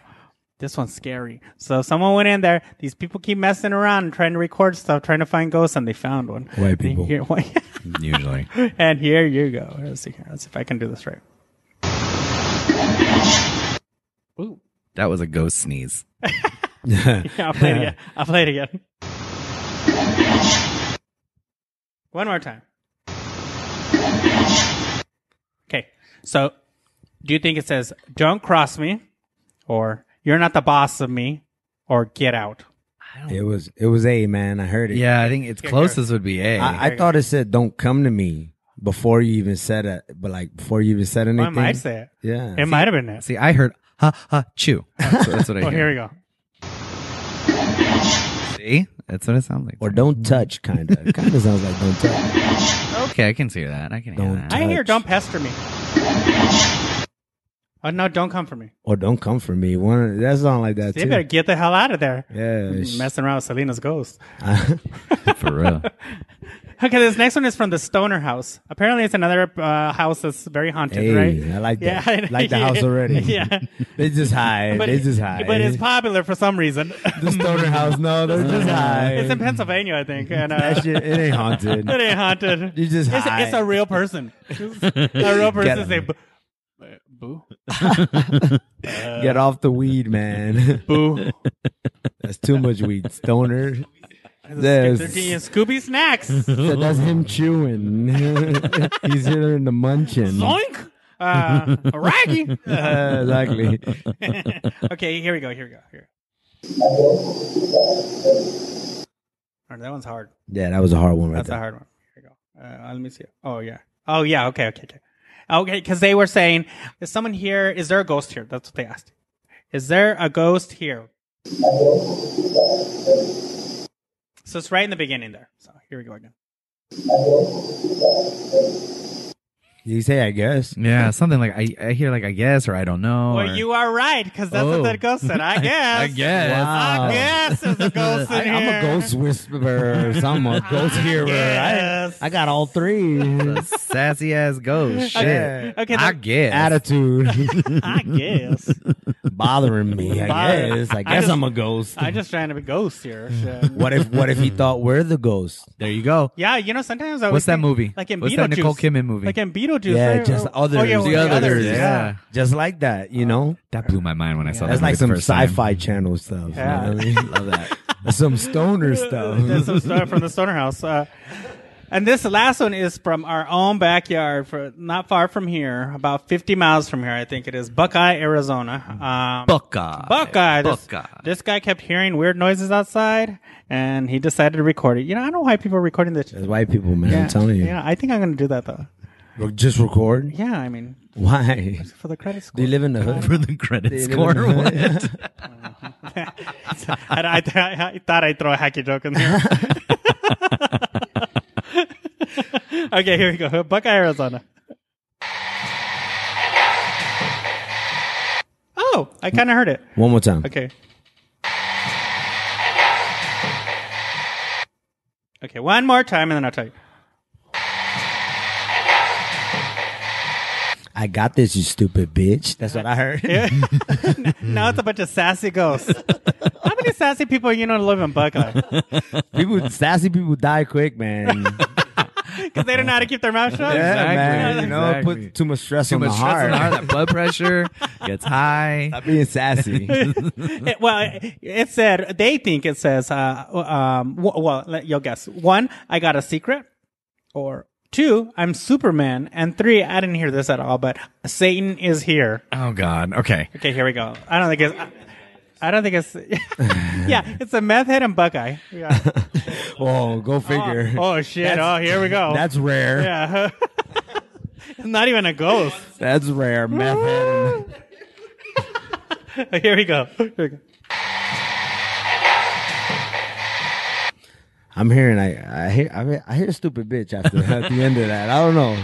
This one's scary. So someone went in there. These people keep messing around and trying to record stuff, trying to find ghosts, and they found one.
White people.
Here-
Usually.
and here you go. Let's see here. Let's see if I can do this right.
That was a ghost sneeze.
Yeah, I'll play it again. I'll play it again. One more time. Okay. So, do you think it says, don't cross me, or you're not the boss of me, or get out?
It was it was A, man. I heard it.
Yeah, I think its closest would be A.
I, I thought it said don't come to me before you even said it, but like before you even said anything.
I might say it.
Yeah.
It might have been it.
See, I heard ha ha chew. That's what, that's what I
Oh, here
hear.
we go.
See, that's what it sounds like.
or don't touch kind of. kind of sounds like don't touch.
okay, I can see that. I can hear
Don't
that.
I hear
Touch.
don't pester me. Oh, no, don't come for me.
Or don't come for me. One that sounds like that
They
too.
better get the hell out of there.
Yeah. sh-
Messing around with Selena's ghost.
For real.
Okay, this next one is from the Stoner House. Apparently, it's another uh, house that's very haunted,
Hey,
right?
I like that.
Yeah,
like the house already.
Yeah,
They just high. they just high.
But it's popular for some reason.
the stoner house. No, they're just high.
it's in Pennsylvania, I think, and uh,
That shit, it ain't haunted.
it ain't haunted.
You just
it's,
high.
it's a real person. a real person. Say, "Boo-
Get off the weed, man.
boo.
That's too much weed. Stoner.
They're
That's,
getting Scooby snacks.
that- that's him chewing. He's here in the munching.
Zoink. Uh, raggy.
Yeah, exactly.
okay, here we go. Here we go. Here. All right, that one's hard.
Yeah, that was a hard one right
That's a
there.
hard one. Here we go. Uh, let me see. Oh yeah. Oh yeah. Okay. Okay. Okay. Okay. Because they were saying, "Is someone here? Is there a ghost here?" That's what they asked. Is there a ghost here? So it's right in the beginning there. So here we go again.
Did he say, I guess?
yeah, something like I, I hear like I guess or I don't know.
Well,
or-
you are right because that's
Oh.
what that ghost said. I guess.
I guess.
I
Wow.
guess there's a ghost in
I,
here.
am a ghost whisperer. So I'm a ghost hearer. I,
Yes.
I got all three.
A sassy ass ghost. Shit.
Okay,
okay,
I
that-
guess.
Attitude
I guess.
bothering me. I
Bother-
guess.
I
I guess
just-
I'm a ghost.
I'm just trying to be ghost here. Shit.
What if What if he thought we're the ghost?
there you go.
Yeah, you know, sometimes I always
What's that
think-
movie?
Like in
What's that
Beetlejuice.
Nicole Kidman movie?
Like in Beetlejuice.
Yeah,
right?
just
Oh,
others.
Oh, yeah, well,
the others.
Yeah.
Yeah.
yeah.
just like that. You know,
That blew my mind when I saw that.
that's like
movie
some
the first time.
sci-fi channel stuff.
Yeah.
You know what I mean? Love that. That's some stoner
That's
stuff.
some stuff from the Stoner House. Uh, and this last one is from our own backyard, for not far from here, about 50 miles from here, I think it is, Buckeye, Arizona. Um,
Buckeye.
Buckeye. This,
Buckeye.
this guy kept hearing weird noises outside, and he decided to record it. You know, I don't know why people are recording this.
That's white people, man.
Yeah,
I'm telling you.
Yeah, I think I'm going to do that, though.
Re- Just record.
Yeah, I mean,
Why?
for the credit score.
Do you live in the
For
hood?
the credit
They
score.
live in-
What?
I, I, I, I thought I'd throw a hacky joke in there. okay, here we go. Buckeye, Arizona. know. Oh, I kind of heard it.
One more time.
Okay. Okay, one more time, and then I'll tell you.
I got this, you stupid bitch. That's what I heard.
Now it's a bunch of sassy ghosts. How many sassy people you know live in Buckeye?
people, sassy people die quick, man.
Because they don't know how to keep their mouth shut.
yeah,
Exactly,
man. You know,
exactly.
it puts too much stress
Too
on
much
the
stress
heart.
on the heart, that blood pressure gets high.
Stop being sassy.
It- Eh, well, it, it said they think it says. Uh, um, w- well, let you guess. One, I got a secret, or two, I'm Superman, and three, I didn't hear this at all, but Satan is here.
Oh God. Okay.
Okay, here we go. I don't think it's. I, I don't think it's. yeah, it's a meth head and Buckeye. Yeah.
oh, go figure.
Oh shit!
That's-
oh, here we go.
That's rare.
yeah. Not even a ghost.
That's rare, man.
Here we go. Here we go.
I'm hearing I I hear I hear, I hear stupid bitch after at the end of that. I don't know.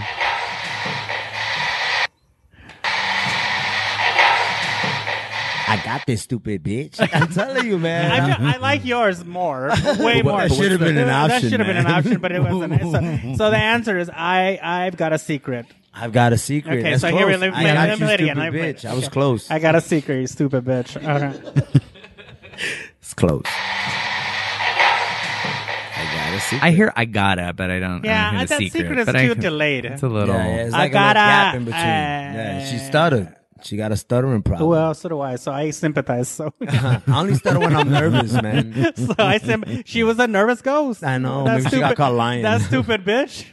I got this stupid bitch. I'm telling you, man.
I, ju- I like yours more, way more.
that should have been an
That
option,
should have been an
man.
option, but it wasn't. So, so the answer is I. I've got a secret.
I've got a secret.
Okay,
That's
so
close.
here we- let me-
I
let
got
me
you,
play it again.
stupid
Let me play it.
bitch. I was close.
I got a secret, you stupid bitch. All right.
It's close. I got a secret.
I hear I gotta, but I don't. I
Yeah,
don't
I
hear the
thought secret,
secret
is
but I
too
can-
delayed.
It's a little.
Yeah, yeah, it's
I
like
got
a little gap
a-
in between.
uh,
yeah, she stuttered. She got a stuttering problem.
well, so do I. So I sympathize. So,
I only stutter when I'm nervous, man.
so I sim- She was a nervous ghost.
I know. Maybe she got caught lying.
That stupid bitch.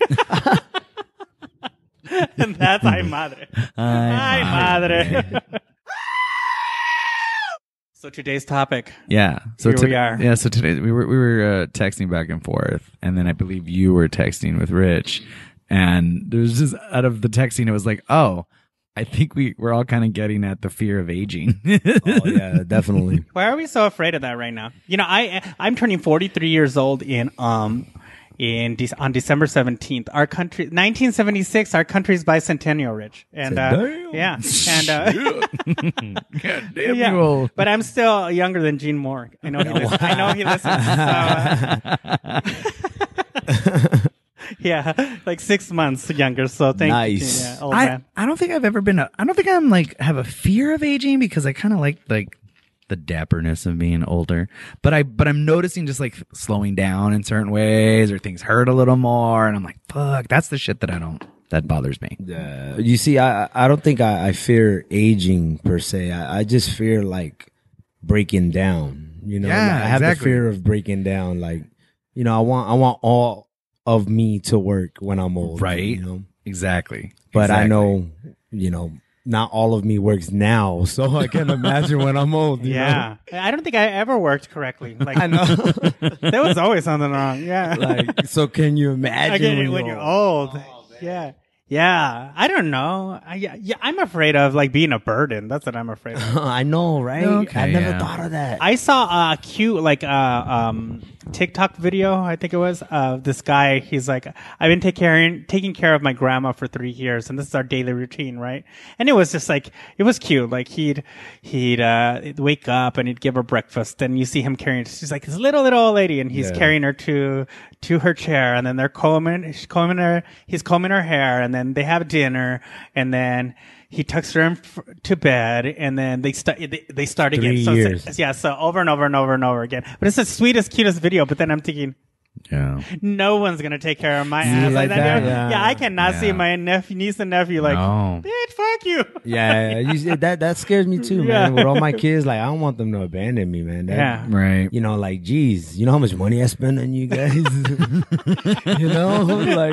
and that's ay madre. Ay madre. so today's topic.
Yeah. So
Here we
today-
are.
Yeah. So today we were we were uh, texting back and forth, and then I believe you were texting with Rich, and there was just out of the texting, it was like, oh, I think we we're all kind of getting at the fear of aging.
Oh yeah, definitely.
Why are we so afraid of that right now? You know, I I'm turning 43 years old in um in De- on December 17th. Our country 1976 our country's bicentennial rich. And uh,
Damn.
yeah, and uh,
God damn
yeah.
you Oh, old.
But I'm still younger than Gene Moore. I know he listens. I know he listens. So, uh, yeah, like 6 months younger. So thank you.
Nice.
Gene. Yeah, old
I,
man.
I don't think I've ever been a I don't think I'm like have a fear of aging because I kind of like like the dapperness of being older. But I but I'm noticing just like slowing down in certain ways or things hurt a little more and I'm like fuck that's the shit that I don't that bothers me.
Yeah. You see, I I- I don't think I, I fear aging per se. I, I just fear like breaking down. You know,
Yeah,
Like, I have
exactly.
the fear of breaking down. Like, you know, I want I want all of me to work when I'm old.
Right.
You know,
Exactly.
but I
Exactly.
know, you know, not all of me works now, so I can imagine when I'm old. you know?
Yeah, I don't think I ever worked correctly. Like I know there was always something wrong. Yeah,
Like, so can you imagine
I get
when,
it when you're old. yeah, yeah. I don't know. I, yeah, yeah, I'm afraid of like being a burden. That's what I'm afraid of.
I know, right?
Okay,
I never
yeah.
thought of that.
I saw a cute like uh, um, TikTok video, I think it was, of this guy. He's like, I've been taking care, taking care of my grandma for three years, and this is our daily routine, right? And it was just like it was cute. Like he'd he'd uh, wake up and he'd give her breakfast, and you see him carrying. She's like this little little old lady, and he's carrying her to to her chair, and then they're combing, she's combing her, he's combing her hair, and then they have dinner, and then. He tucks her in f- to bed, and then they start. They, they start again.
Three
So it's-
years.
yeah, so over and over and over and over again. But it's the sweetest, cutest video. But then I'm thinking,
Yeah.
no one's gonna take care of my ass
like
like
that?
that. Yeah.
Yeah.
I cannot see
Yeah.
my nephew, niece, and nephew like,
No.
bitch, fuck you.
yeah, you see, that that scares me too,
Yeah.
man. With all my kids, like I don't want them to abandon me, man. That-
Yeah.
Right.
You know, like, geez, you know how much money I spend on you guys. you know, like,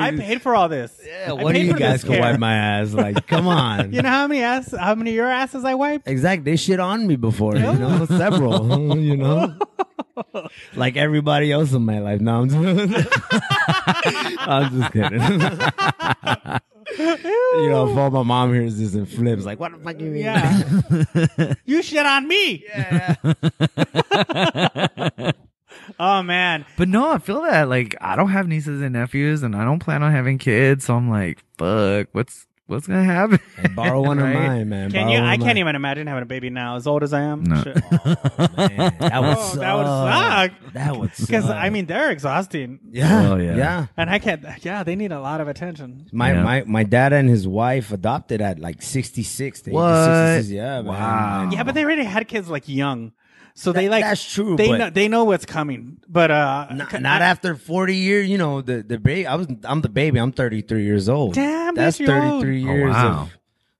I paid for all this. Yeah,
one of you guys can wipe my ass. Like, come on.
You know how many ass, how many of your asses I wiped?
Exactly. They shit on me before, you know, several, you know, like everybody else in my life. No, I'm just, I'm just kidding. you know, if all my mom hears this and flips, like, what the fuck you mean?
Yeah, you shit on me. Yeah. oh man,
But no, I feel that like I don't have nieces and nephews and I don't plan on having kids, so I'm like, fuck, what's what's gonna happen?
And borrow one
Right?
of mine, man.
Can
Borrow
you?
one
I
of
can't
mine.
even imagine having a baby now, as old as I am.
No.
Shit.
Man, that would
Oh,
suck.
that would suck.
That would suck.
Because I mean, they're exhausting,
yeah,
Oh, yeah.
yeah,
and I can't. Yeah, they need a lot of attention.
My
Yeah.
my my dad and his wife adopted at like sixty six.
What?
Yeah, man.
Wow.
And-
Yeah, but they already had kids like young, so they
That-
like
that's true,
They
but-
know they know what's coming, but uh,
Not,
c-
not
I-
after forty years, you know the the baby. I was I'm the baby. I'm 33 years old.
Damn,
that's
bitch, you're old.
33 years
Oh, wow.
of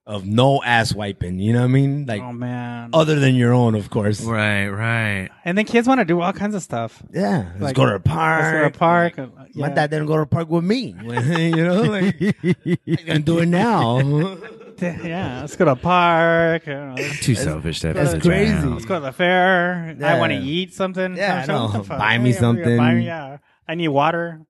of no ass wiping. You know what I mean? Like
Oh man!
other than your own, of course.
Right, right.
And then kids want to do all kinds of stuff.
Yeah, let's
Like,
go to the park.
Let's go to a park.
My dad didn't go to the park with me. you know, like, I'm gonna do it now.
dad. Yeah, let's go to a park. I don't know, let's-
Too selfish to have
That's
such a
crazy.
house.
Let's go to the fair. I
Yeah.
want to eat something.
Yeah, I
Some-
know.
some fuck.
Buy me
Yeah, I'm gonna Buy
something.
me, yeah. I need water.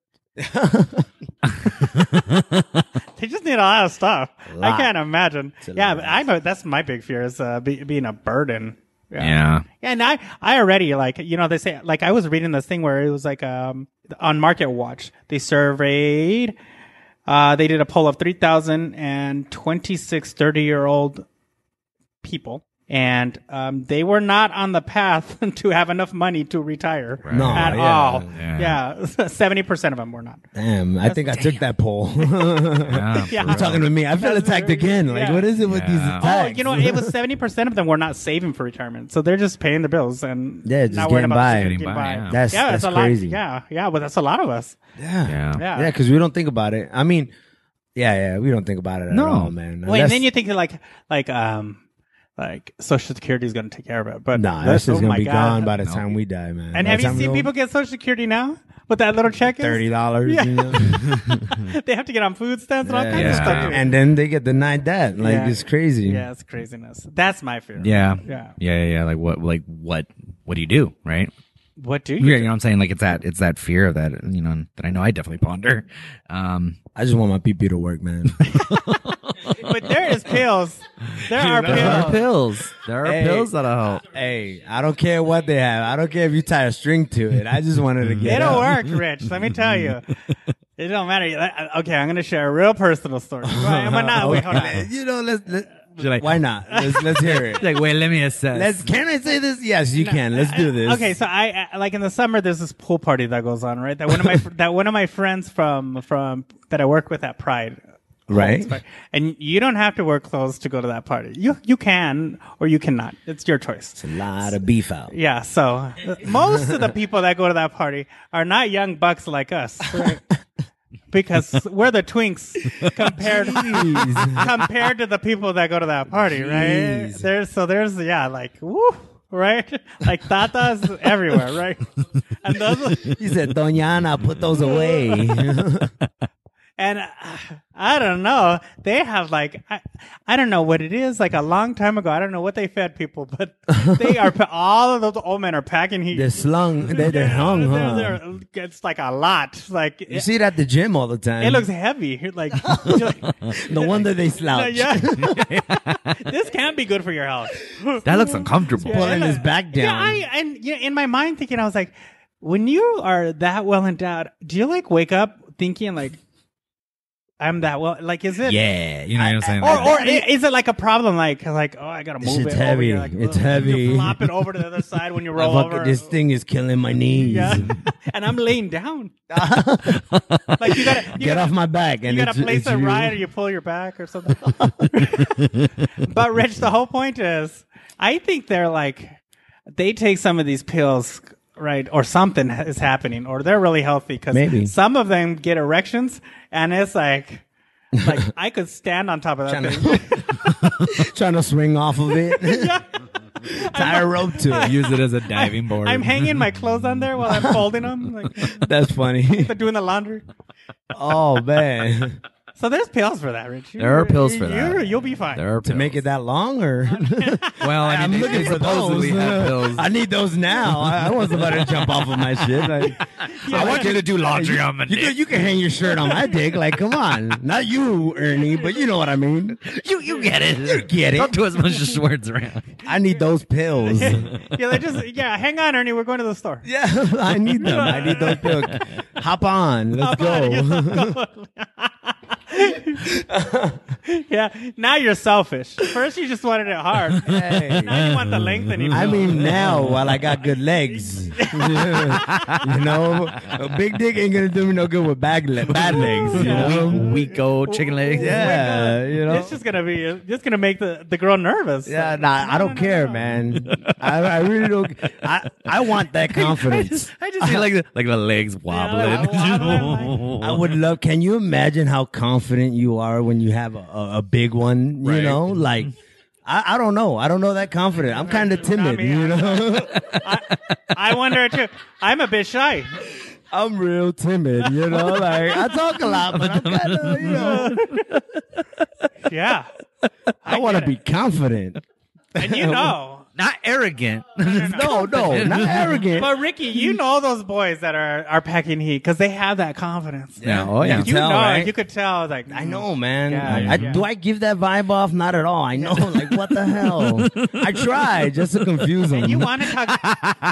They just need a lot of stuff. I
lot.
can't imagine.
a
Yeah,
lot.
but I'm a, that's my big fear is uh, be, being a burden.
Yeah.
Yeah, and I, I already like you know they say like I was reading this thing where it was like um on Market Watch they surveyed, uh they did a poll of three thousand and twenty six thirty year old people and um they were not on the path to have enough money to retire
No,
at
yeah,
all.
yeah.
Oh, Yeah, seventy percent of them were not.
Damn, I think I took that poll.
Yeah.
Yeah.
You're talking to me. I feel attacked again. Like,
Yeah.
what is it with these
Yeah.
attacks?
Oh, you know, it was seventy percent of them were not saving for retirement, so they're just paying the bills and
Yeah, just
not worrying
getting
about
by.
getting
Getting by, yeah.
That's-
yeah,
that's
a lot.
crazy.
Yeah, yeah, but that's a lot of us.
yeah,
Yeah.
Yeah.
yeah, because we don't think about it. I mean, yeah, yeah, we don't think about it at
No.
all,
Wait,
man. Unless-
and then you think that, like like um like Social Security is going to take care of it, but
nah,
that's-
that's just
oh
gonna
my
be
God.
gone by the time we die, man.
And
By
have
the
you
time we
seen
old,
people get Social Security now with that little check? is?
thirty dollars?
Yeah.
You know?
they have to get on food stamps and all kinds of
Yeah.
stuff.
and then they get denied that. Like,
Yeah.
it's crazy.
yeah, it's craziness. That's my fear.
Yeah.
Yeah.
Yeah, yeah, yeah. Like what like what what do you do, right?
What do
Yeah,
you?
you know what I'm saying? Like it's that it's that fear of that, you know, that I know I definitely ponder. Um
I just want my PP to work, man.
But there is pills. There are pills.
pills. There are
Hey.
pills that'll help.
hey, I don't care what they have. I don't care if you tie a string to it. I just wanted to get
It'll
up.
work, Rich. Let me tell you. It don't matter. Okay, I'm going to share a real personal story. Wait, am I not? Wait, hold on.
You know, let's. let-
You're like-
why not? Let's, let's hear it.
Like, wait, let me assess.
Let's. Can I say this? Yes, you can. Let's do this.
Uh, Okay, so I I- like in the summer there's this pool party that goes on, right? That one of my fr- that one of my friends from from that I work with at Pride.
Right.
And you don't have to wear clothes to go to that party. You you can or you cannot. It's your choice.
A lot of beef out.
Yeah, so most of the people that go to that party are not young bucks like us. right? Because we're the twinks compared compared to the people that go to that party, right?
Jeez.
There's so there's yeah, like woo, right? Like tatas everywhere, right? And those
He said, Doña Ana, put those away.
and uh, I don't know. They have like I, I don't know what it is. Like a long time ago, I don't know what they fed people, but they are pa- all of those old men are packing heat.
they're slung. They're, they're hung, huh?
They're- they're- it's like a lot. Like
you
it,
see it at the gym all the time.
it looks heavy. You're Like, you're like,
No wonder they
no,
slouch.
yeah. this can't be good for your health.
that looks uncomfortable.
Pulling his back
Yeah,
down.
I and you know, in my mind thinking I was like, when you are that well endowed, do you like wake up thinking like, I'm that well? Like, is it?
Yeah, you know what I'm saying?
Or, or i- is it like a problem? Like, like oh, I gotta
This
move it.
shit's
over
heavy.
here, like,
It's
ugh, You
heavy.
flop it over to the other side when you
I
roll
fucking-
over.
this thing is killing my knees.
Yeah, and I'm laying down. like you gotta you
Get
gotta,
off my back. And
you gotta
it's-
place
it's
it
you.
right, or you pull your back, or something. but Rich, the whole point is, I think they're like, they take some of these pills, right, or something is happening, or they're really healthy
Maybe.
because some of them get erections, and it's like, like I could stand on top of that thing.
Trying to swing off of it. Tie a rope to it.
use it as a diving board.
I'm hanging my clothes on there while I'm folding them, like
That's funny.
doing the laundry.
Oh man,
So there's pills for that, Rich.
There are pills for
You're-
that.
You'll be fine.
There are
to make it that long, or
well, I
I'm
mean, they,
looking
they
for
supposedly
those.
have pills.
I need those now. I, I want somebody to jump off of my shit. Like, I want you to do laundry on my you Can, you can hang your shirt on my dick. Like, come on, not you, Ernie, but you know what I mean.
You you get it.
You get
Don't
it.
do as much as words around.
I need those pills.
yeah, they just yeah. Hang on, Ernie. We're going to the store.
Yeah, I need them. I need those pills. Hop on. Let's
Come on,
go.
get some going. yeah. Now you're selfish. First, you just wanted it hard.
Hey.
Now you want the length in your
I mean, now while I got good legs, you know, a big dick ain't gonna do me no good with bag le- bad legs. You know,
Weak old chicken legs. Oh
yeah, you know.
uh, It's just gonna be. It's just gonna make the, the girl nervous.
Yeah, nah, I don't care, man. I, I really don't. I, I want that confidence.
I just feel like the, like the legs wobbling.
like wobbling,
I would love. Can you imagine how confident you are when you have a, a, a big one? You
Right.
know, like I, I don't know. I don't know that confident. I'm kind of timid.
me.
You know,
I wonder too. I'm a bit shy.
I'm real timid. You know, like I talk a lot, but I'm kind of you know.
Yeah,
I want to be confident.
and you know.
Not arrogant.
No, no, not arrogant.
But Ricky, you know those boys that are, are packing heat because they have that confidence.
Yeah, oh yeah.
You
tell,
know,
right?
you could tell. Like
I know, man.
Yeah,
I, I-
yeah.
Do I give that vibe off? Not at all. I know. Like, what the hell? I try just to confuse him.
and you want to talk.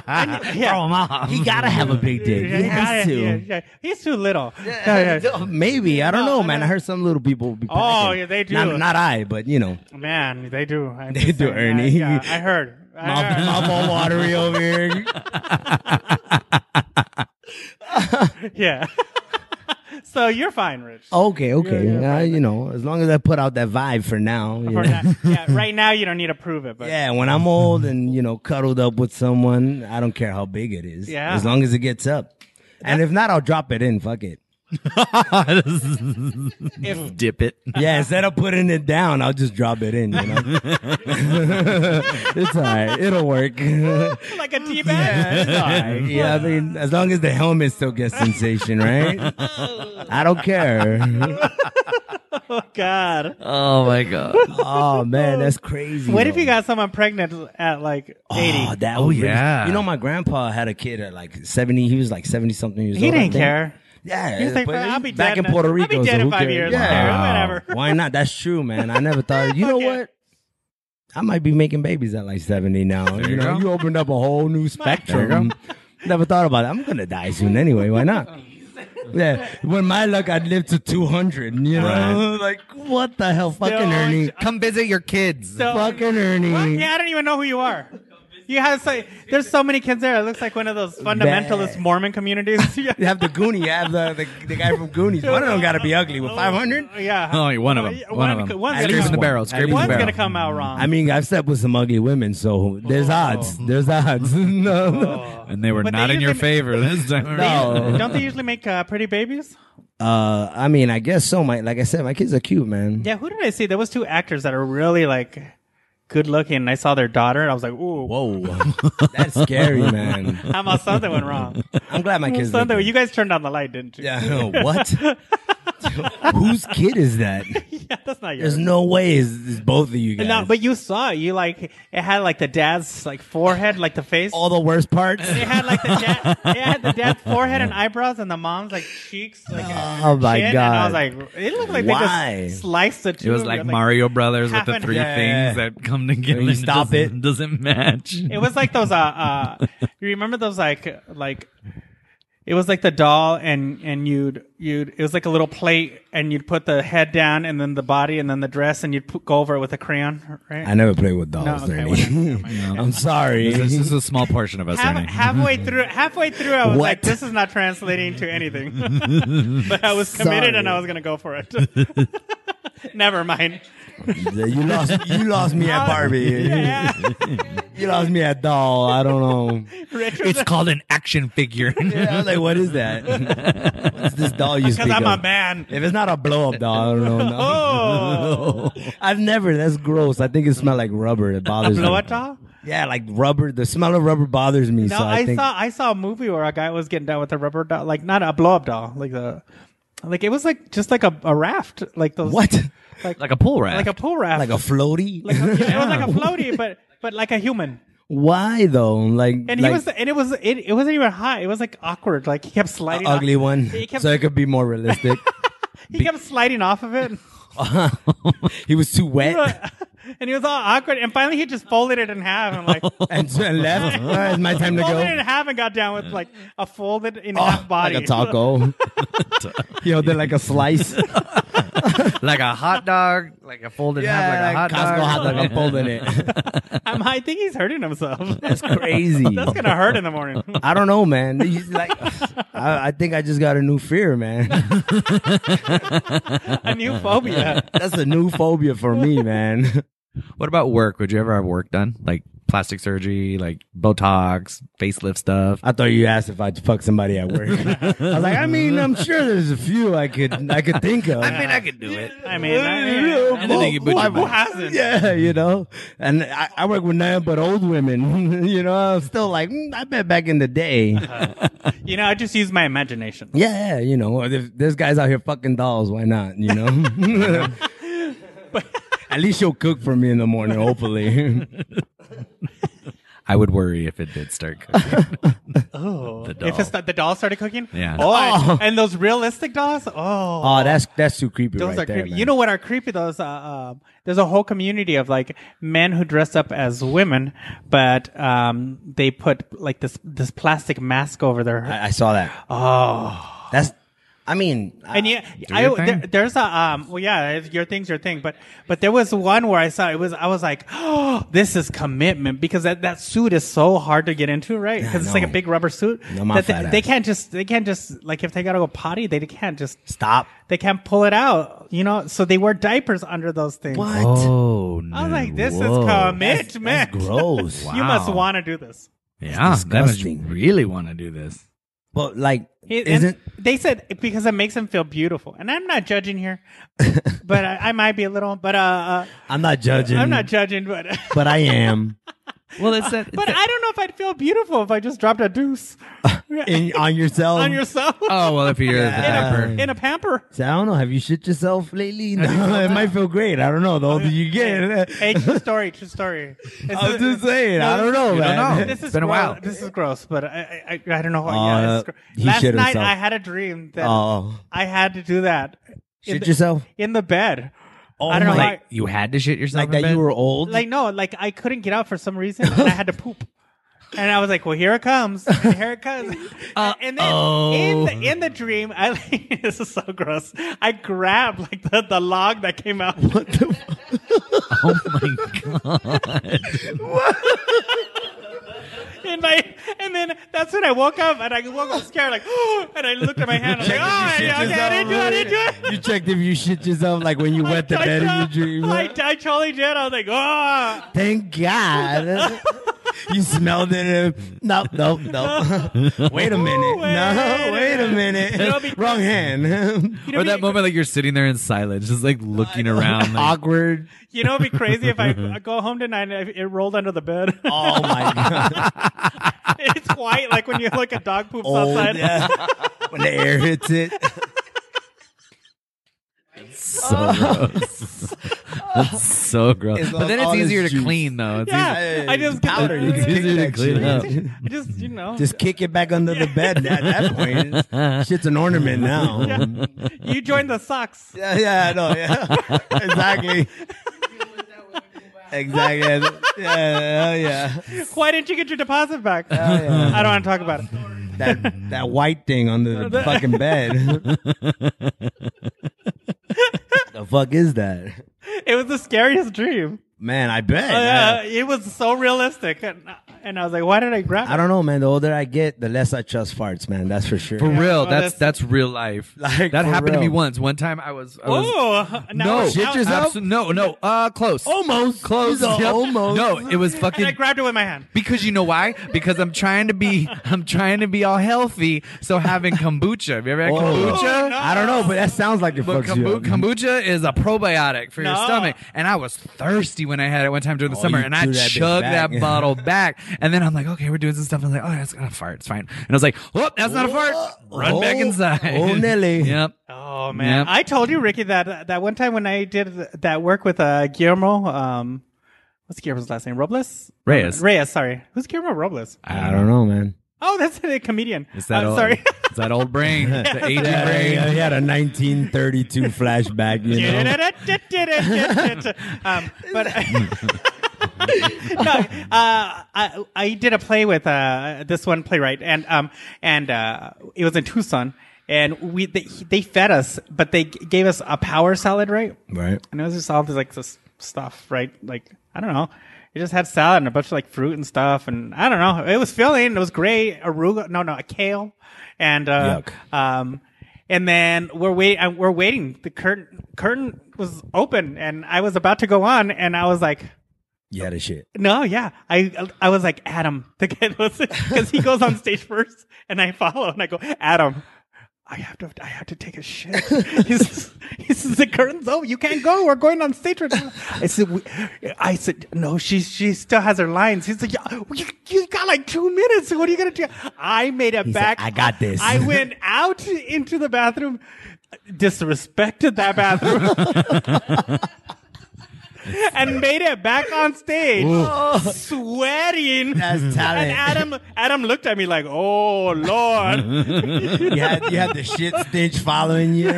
and you- yeah.
He gotta have a big dick.
Yeah,
Oh, he
you
has
gotta-
to.
yeah, yeah. He's too little. Yeah, yeah.
Maybe I don't
No,
know,
I
man. I
mean-
heard some little people be.
Oh,
packing.
yeah, they do.
Not, not I, but you know,
Man, they do. I'm
They
just
do,
saying,
Ernie.
Yeah, yeah, I heard. I
mouth,
heard.
mouth all watery over here.
Yeah. so you're fine, Rich.
Oh,
Okay, okay. Uh, you know, as long as I put out that vibe for now. you
For
know.
that- yeah, right now you don't need to prove it, but
Yeah, when I'm old and you know cuddled up with someone, I don't care how big it is.
Yeah.
as long as it gets up, and if not, I'll drop it in. Fuck it.
if
Dip it.
Yeah, instead of putting it down, I'll just drop it in. You know, it's all right. It'll work.
like a tea
Yeah,
bag.
it's all right. Yeah, I mean, as long as the helmet still gets sensation, right? I don't care.
Oh God.
Oh my god.
Oh man, that's crazy.
What if
though.
you got someone pregnant at like eighty?
Oh, that
Oh,
would really-
yeah.
you know, my grandpa had a kid at like seventy. He was like seventy something years
he
old. I
didn't
think.
care.
Yeah,
He was like,
but
"I'll be
back
dead
in
in-
Puerto
I'll be
Rico. so
dead in
who
five
cares?
years.
Yeah,
Who cares? Whatever.
why not? That's true, man. I never thought. You know
Okay.
what? I might be making babies at like seventy now. you
you
know,
go.
you opened up a whole new spectrum. Never thought about it. I'm gonna die soon anyway. Why not? Yeah, when my luck, I'd live to two hundred. You know, like what the hell, fucking
Still-
Ernie,
Come visit your kids.
So,
fucking Ernie.
yeah, I don't even know who you are. You have so there's so many kids there. It looks like one of those fundamentalist
Bad.
Mormon communities. yeah.
You have the Goonie. You have the, the, the guy from Goonies. One of them got to be ugly with 500.
Yeah.
Only one of them.
Yeah,
Oh, One of them.
One's, gonna,
At least
Scrape in the
come,
one.
barrel.
At
Scrape in
least
the
one's gonna
barrel.
come out wrong.
I mean, I've slept with some ugly women, so
Oh.
there's odds. There's odds. No.
And they were
But
not
they
in your
usually-
favor this time.
Oh.
around.
No.
don't they usually make uh, pretty babies?
Uh, I mean, I guess so. My, like I said, my kids are cute, man.
Yeah, who did I see? There was two actors that are really like good looking, and I saw their daughter, and I was like, ooh,
Whoa. That's scary, man.
how about something went wrong?
I'm glad my kids.
something.
like it.
You guys turned on the light, didn't you?
yeah. What? Whose kid is that?
Yeah, that's not yours.
There's no way it's, it's both of you guys.
No, but you saw it. You like it had like the dad's like forehead, like the face.
all the worst parts.
it had like the dad, it had the dad's forehead and eyebrows, and the mom's like cheeks, like uh,
Oh, my
chin,
God.
And I was like, it looked like they
Why?
just sliced the two.
It was
of
like
you.
Mario Brothers with
half
the
an-
three
Yeah.
things that come together.
You
and
stop
doesn't- Doesn't match.
It was like those. Uh, uh, you remember those like like. It was like the doll, and and you'd you'd it was like a little plate, and you'd put the head down, and then the body, and then the dress, and you'd put, go over it with a crayon, right?
I never played with dolls,
okay,
Ernie.
whatever.
I'm sorry.
This is a small portion of us.
Half,
Ernie.
halfway through, halfway through, I was
What?
like, "This is not translating to anything," but I was committed,
Sorry.
and I was going to go for it. Never mind.
Yeah, you lost. You lost me at Barbie.
Yeah.
You lost me at doll. I don't know.
Rich was
it's called an action figure.
Yeah, I was like, what is that? What's this doll you
because
speak
I'm a
of?
man.
If it's not a blow up doll, I don't know. No.
Oh,
I've never. That's gross. I think it smells like rubber. It bothers
blow
me.
it off.
Yeah, like rubber. The smell of rubber bothers me.
No,
so I,
I,
think
saw I saw a movie where a guy was getting down with a rubber doll, like not a blow up doll, like the like it was like just like a, a raft, like those
what?
like
like a pool rack.
like a pool raft,
Like a floaty.
Like a- it was like a floaty, but but like a human.
Why though? Like
And
like
he was and it was it, it wasn't even hot. It was like awkward. Like he kept
a
sliding.
ugly
Off,
one,
He kept-
so it could be more realistic.
he kept sliding off of it,
he was too wet
and he was all awkward. And finally, he just folded it in half. and like.
and, and left. All right, it's my time to
Folded it in
go.
half and got down with like a folded in
Oh,
half body.
Like a taco. Yo, they're like a slice.
like a hot dog, like a folded
Yeah,
half, like, a hot
Costco
dog.
hot dog. I'm folding it.
I'm, I think he's hurting himself.
That's crazy.
That's gonna hurt in the morning.
I don't know, man. You just Like, I, I think I just got a new fear, man.
a new phobia.
That's a new phobia for me, man.
What about work? Would you ever have work done? Like plastic surgery, like Botox, facelift stuff?
I thought you asked if I'd fuck somebody at work. I was like, I mean, I'm sure there's a few I could I could think of.
mean, I could do it.
I mean,
Yeah,
I
who-
mean,
you put
who-
your
who
mouth.
hasn't? Yeah, you know, and I, I work with none but old women. you know, I'm still like, mm, I bet back in the day. yeah,
you know, I just use my imagination.
yeah, you know, if there's guys out here fucking dolls. Why not? You know. At least she'll cook for me in the morning, hopefully.
I would worry if it did start cooking.
Oh,
doll.
if it's not, the doll started cooking.
Yeah.
Oh, and-
Oh.
and those realistic dolls. Oh,
oh, that's that's too creepy.
those
right
are
there,
creepy.
man.
You know what are creepy? Those uh, um there's a whole community of like men who dress up as women, but um, they put like this this plastic mask over their.
I, I saw that.
oh.
That's, I mean, uh, I-
And yeah, I,
your thing.
there, there's a um. Well, yeah, it's- your thing's your thing, but but there was one where I saw it was I was like, oh, this is commitment because that, that suit is so hard to get into, right? Because it's like a
know.
big rubber suit
No, my
that they,
fat
they
ass.
can't just they can't just like if they gotta go potty, they can't just
stop.
they can't pull it out, you know. So they wear diapers under those things.
What?
Oh, no.
I was like, this
Whoa.
is commitment.
That's gross.
You must
Wow.
want to do this.
Yeah, that must
disgusting.
really want to do this.
But like,
It- and
isn't
they said because it makes them feel beautiful, and I'm not judging here, but I, I might be a little. But uh, uh
I'm not judging.
I'm not judging, but
but I am
Well, it's that.
but I don't know if I'd feel beautiful if I just dropped a deuce
in, on yourself.
on yourself
oh well, if you're
in,
Yeah.
a,
the diaper,
in a pamper.
So I don't know. Have you shit yourself lately? No, it might feel great. I don't know. The older you get,
Hey, true story, true story. It's-
I'm just saying. I don't know,
You don't
man.
know.
This is
Been a
gross.
while.
This is gross, but I I, I I don't know why. yeah,
Uh,
this is gro-
he
Last
shit
night
himself.
I had a dream that
Oh,
I had to do that in
shit
the,
yourself
in the bed.
Oh
I don't know
my-
why.
like you had to shit yourself
like
in
that.
bed?
You were old.
Like no, like I couldn't get up for some reason, and I had to poop. And I was like, "Well, here it comes! and Here it comes!"
Uh,
and then in the,
oh.
in the dream, I like, this is so gross. I grabbed like the, the log that came out.
Oh my god!
And my and then that's when I woke up and I woke up scared, like, and I looked at my hand. I'm like, oh, yeah, okay, I didn't do it, I didn't do it.
You checked if you shit yourself, like when you wet the
I,
bed in your dream.
I, I totally did. I was like, oh,
Thank God. you smelled it. and- Nope, nope, nope. wait a minute.
Wait
No,
a
wait a
It'll
minute.
be-
Wrong hand.
you know,
or
it'd
that
be-
moment, like you're sitting there in silence, just like looking around. Like,
Awkward.
You know, it'd be crazy if I go home tonight and it rolled under the bed.
Oh my God.
it's white, like when you like a dog poops
Old,
outside.
Oh, yeah. when the air hits it.
so gross. That's so gross.
It's
but then
like all
it's
this
easier to
juice.
clean, though. It's
Yeah,
easier-
I just get
powder.
the-
You
It's
kick
easier to
that
clean
shit.
up.
I just you know,
Just kick it back under the bed. At that point, shit's an ornament now. Yeah,
you join the socks.
yeah, I know. Yeah, exactly. Exactly. Yeah, yeah, yeah.
Why didn't you get your deposit back?
yeah.
I don't want to talk about it.
That that white thing under the fucking bed. the fuck is that?
It was the scariest dream.
Man, I bet.
Oh,
Uh, it was so realistic, and, and I was like, why did I grab?
I
it?
don't know, man. The older I get, the less I trust farts, man. That's for sure.
For real,
well,
that's,
that's-
that's real life.
Like,
that
for
happened to me
real.
once. One time, I was, I was
Oh
no,
Shit yourself?
abso- no, no, uh, close,
Almost
close,
He's a
Yep.
Almost.
No, it was fucking.
And I grabbed it with my hand.
Because you know why? Because I'm trying to be I'm trying to be all healthy. So having kombucha. Have you ever had
Oh.
kombucha?
Oh, no.
I don't know, but that sounds like it
But
fucks you
kombu-
up.
kombucha is a probiotic for your
No.
stomach, and I was thirsty when I had it one time during the
Oh,
summer,
you
and I
threw that bitch
chugged
back.
that bottle back, and then I'm like, okay, we're doing some stuff, and I'm like, oh, that's not a fart, it's fine, and I was like, oh, that's not a fart, run back
Oh.
inside.
Oh, Nelly.
yep.
Oh man,
Yep.
I told you, Ricky, that that one time when I did th- that work with uh, Guillermo. Um, what's Guillermo's last name? Robles.
Reyes.
Reyes. Sorry, who's Guillermo Robles?
I don't know, man.
Oh, that's a comedian.
It's that
I'm
old,
sorry.
It's that old brain, It's the aging
Yeah,
brain.
yeah, he had a 1932 flashback, you know.
um, but no, uh, I, I did a play with uh, this one playwright, and um, and uh, it was in Tucson, and we they, they fed us, but they g- gave us a power salad, right?
Right.
And it was just all this like this stuff, right? Like I don't know. It just had salad and a bunch of like fruit and stuff, and I don't know. It was filling. It was great. Arugula, no, no, a kale, and uh, um, and then we're wait, uh, we're waiting. The curtain curtain was open, and I was about to go on, and I was like,
Yeah, this shit.
no, yeah. I I was like Adam, the guy because he goes on stage first, and I follow, and I go Adam. I have to I have to take a shit. he says, he says the curtains open. You can't go. We're going on stage right now. I said we, I said no. She she still has her lines. He's like yeah, you, you got like two minutes. What are you gonna do? I made it back.
"I got this."
I went out into the bathroom. Disrespected that bathroom and made it back on stage, sweating.
That's
and
talent.
Adam, Adam looked at me like, "Oh Lord!"
you had you had the shit stench following you,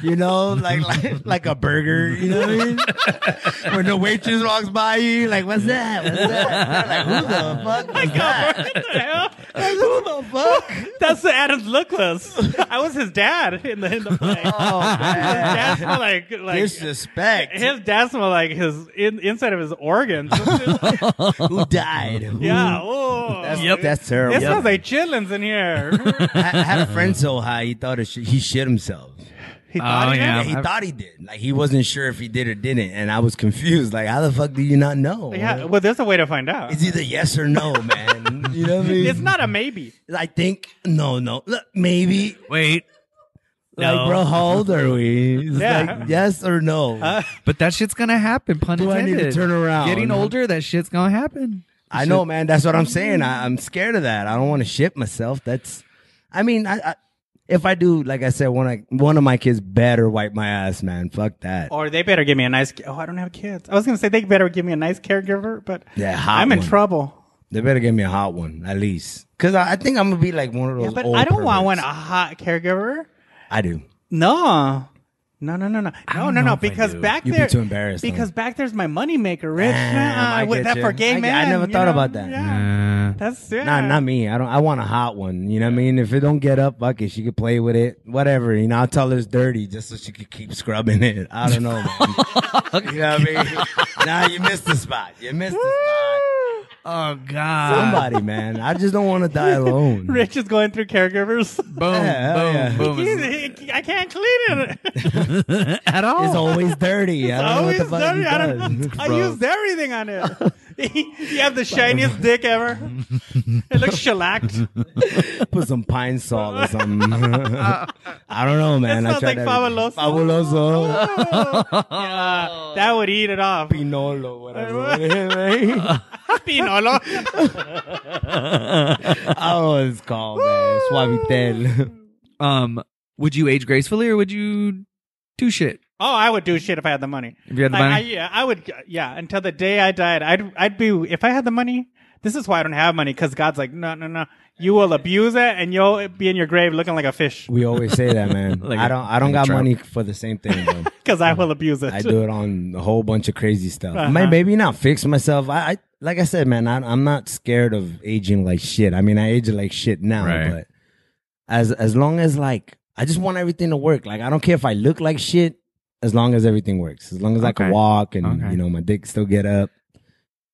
you know, like like like a burger, you know what I mean? when the waitress walks by you, like what's that? What's that? Like who the fuck? Was that?
what the hell?
Who the fuck?
That's what Adam's look was. I was his dad in the in the play.
Oh
His
man,
dad smelled like like.
disrespect.
his dad smelled like his in, inside of his organs.
Who died? Who-
yeah, oh,
That's,
It-
that's terrible.
It smells like chitlins in here.
I, I had a friend so high he thought it sh- he shit himself.
He
Oh,
he did.
yeah.
he
I've-
thought he did. Like he wasn't sure if he did or didn't, and I was confused. Like how the fuck do you not know?
Yeah, well, there's a way to find out.
It's either yes or no, man. you know what I mean?
It's not a maybe.
I think no, no. Look, maybe
Wait,
like, bro, how old are we? It's
Yeah. Uh,
like yes or no.
but that shit's gonna happen. Pun
Do I need
intended.
to turn around?
Getting older, that shit's gonna happen.
I know, man. That's what I'm saying. I, I'm scared of that. I don't want to ship myself. That's, I mean, I, I if I do, like I said, one I, one of my kids better wipe my ass, man. Fuck that.
Or they better give me a nice. Oh, I don't have kids. I was gonna say they better give me a nice caregiver, but
Yeah, hot
I'm in
one.
trouble.
They better give me a hot one at least, because I, I think I'm gonna be like one of those.
Yeah, but
old
I don't want one
perverts.
a hot caregiver.
I do.
No. No, no, no, no, no,
don't
no,
know
no.
if I
Because
do.
back
You'd be
there,
too embarrassed, though.
Because back there's my moneymaker, Rich.
Damn,
Nah,
I
with
get
that for
you.
gay
I- I
men.
never
you
thought
know?
about that.
Yeah.
Uh,
That's yeah.
Nah, not me. I don't. I want a hot one. You know what I mean? If it don't get up, fuck it. She could play with it. Whatever. You know, I'll tell her it's dirty just so she could keep scrubbing it. I don't know, man. you know what I mean? Nah, you missed the spot. You missed the spot.
oh God!
Somebody, man. I just don't want to die alone.
Rich is going through caregivers.
Boom!
Yeah, hell
boom! Boom!
He's- I can't clean it.
At all?
It's always dirty. I don't
Always
know what the fuck
dirty.
he
I don't
does.
know. I used everything on it. you have the shiniest dick ever. It looks shellacked.
Put some pine salt or something. I don't know, man.
That
I
sounds
tried
like
everything. Fabuloso.
Yeah, that would eat it off.
Pinolo, whatever.
Pinolo.
I don't know what it's called, man. Suavitel.
um, would you age gracefully or would you do shit?
Oh, I would do shit if I had the money.
If you had the
Like,
money?
I, yeah, I would. Yeah, until the day I died, I'd I'd be if I had the money. This is why I don't have money because God's like, no, no, no. You will abuse it, and you'll be in your grave looking like a fish
We always say that, man.
Like
I
a-
don't. I don't
like
got
a trout.
money for the same thing. Though.
because I will abuse it.
I do it on a whole bunch of crazy stuff.
Uh-huh.
May- Maybe not fix myself. I, I like I said, man. I, I'm not scared of aging like shit. I mean, I age like shit now,
Right.
but as as long as like I just want everything to work. Like I don't care if I look like shit. As long as everything works. As long as I can
Okay.
walk and
Okay.
you know my dick still get up.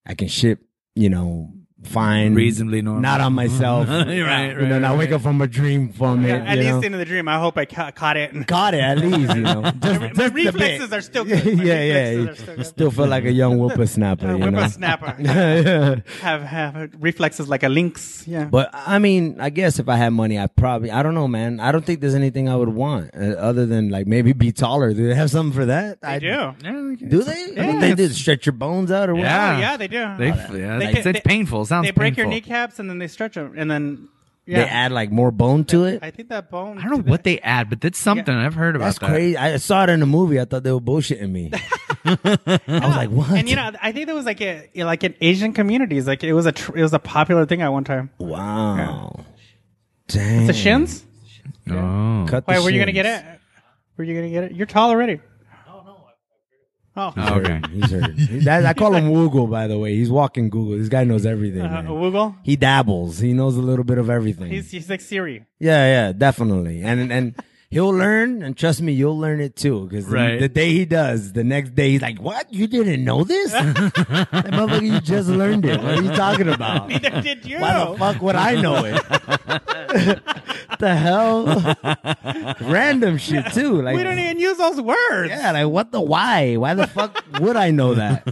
I can ship. You know, fine.
Reasonably normal.
Not on myself.
right.
You
Right.
know, and I
right.
wake up from a dream from
Yeah,
it.
at
you
least
know?
in the dream, I hope I ca- caught it. And
Got it at least, you know. Just,
my
just a bit.
reflexes are still good. My
yeah, yeah.
reflexes are still
Still, feel like a young whippersnapper, you know.
whippersnapper.
yeah.
have have reflexes like a lynx. Yeah.
But I mean, I guess if I had money, I probably I don't know, man. I don't think there's anything I would want uh, other than like maybe be taller. Do they have something for that?
They
I
do.
Yeah, okay.
Do they? I think they did stretch your bones out or what?
Yeah.
Oh, yeah, they do.
They, yeah,
They can-
it's, it's
they-
painful. It sounds
they break your
painful.
kneecaps and then they stretch them, and then yeah.
They add like more bone to it.
I think that bone.
I don't know what they add, but that's something I've heard about.
That's
that.
crazy. I saw it in a movie. I thought they were bullshitting me. I was like, what?
And you know, I think there was like a like in Asian communities, like it was a tr- it was a popular thing at one time.
wow. Damn.
The shins?
Oh.
Cut Mm. the
Why were you gonna
shins.
get it? Were you gonna get it? You're tall already. Oh,
He's hurting. He's hurting. That- I call him Woogle, by the way. He's walking Google. This guy knows everything.
uh,
man.
Woogle.
He dabbles. He knows a little bit of everything.
He's he's like Siri.
yeah, yeah, definitely. And and he'll learn, and trust me, you'll learn it too. Because
Right.
the, day he does, the next day he's like, "What? You didn't know this? that motherfucker, you just learned it. What are you talking about?
Neither did you.
Why the fuck would I know it? the hell? Random shit too. Like
we don't even use those words.
yeah, like what the why? Why the fuck would I know that?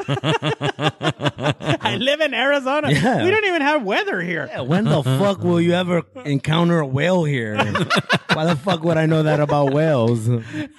I live in Arizona.
Yeah.
We don't even have weather here.
Yeah, when the fuck will you ever encounter a whale here? Why the fuck would I know that about whales?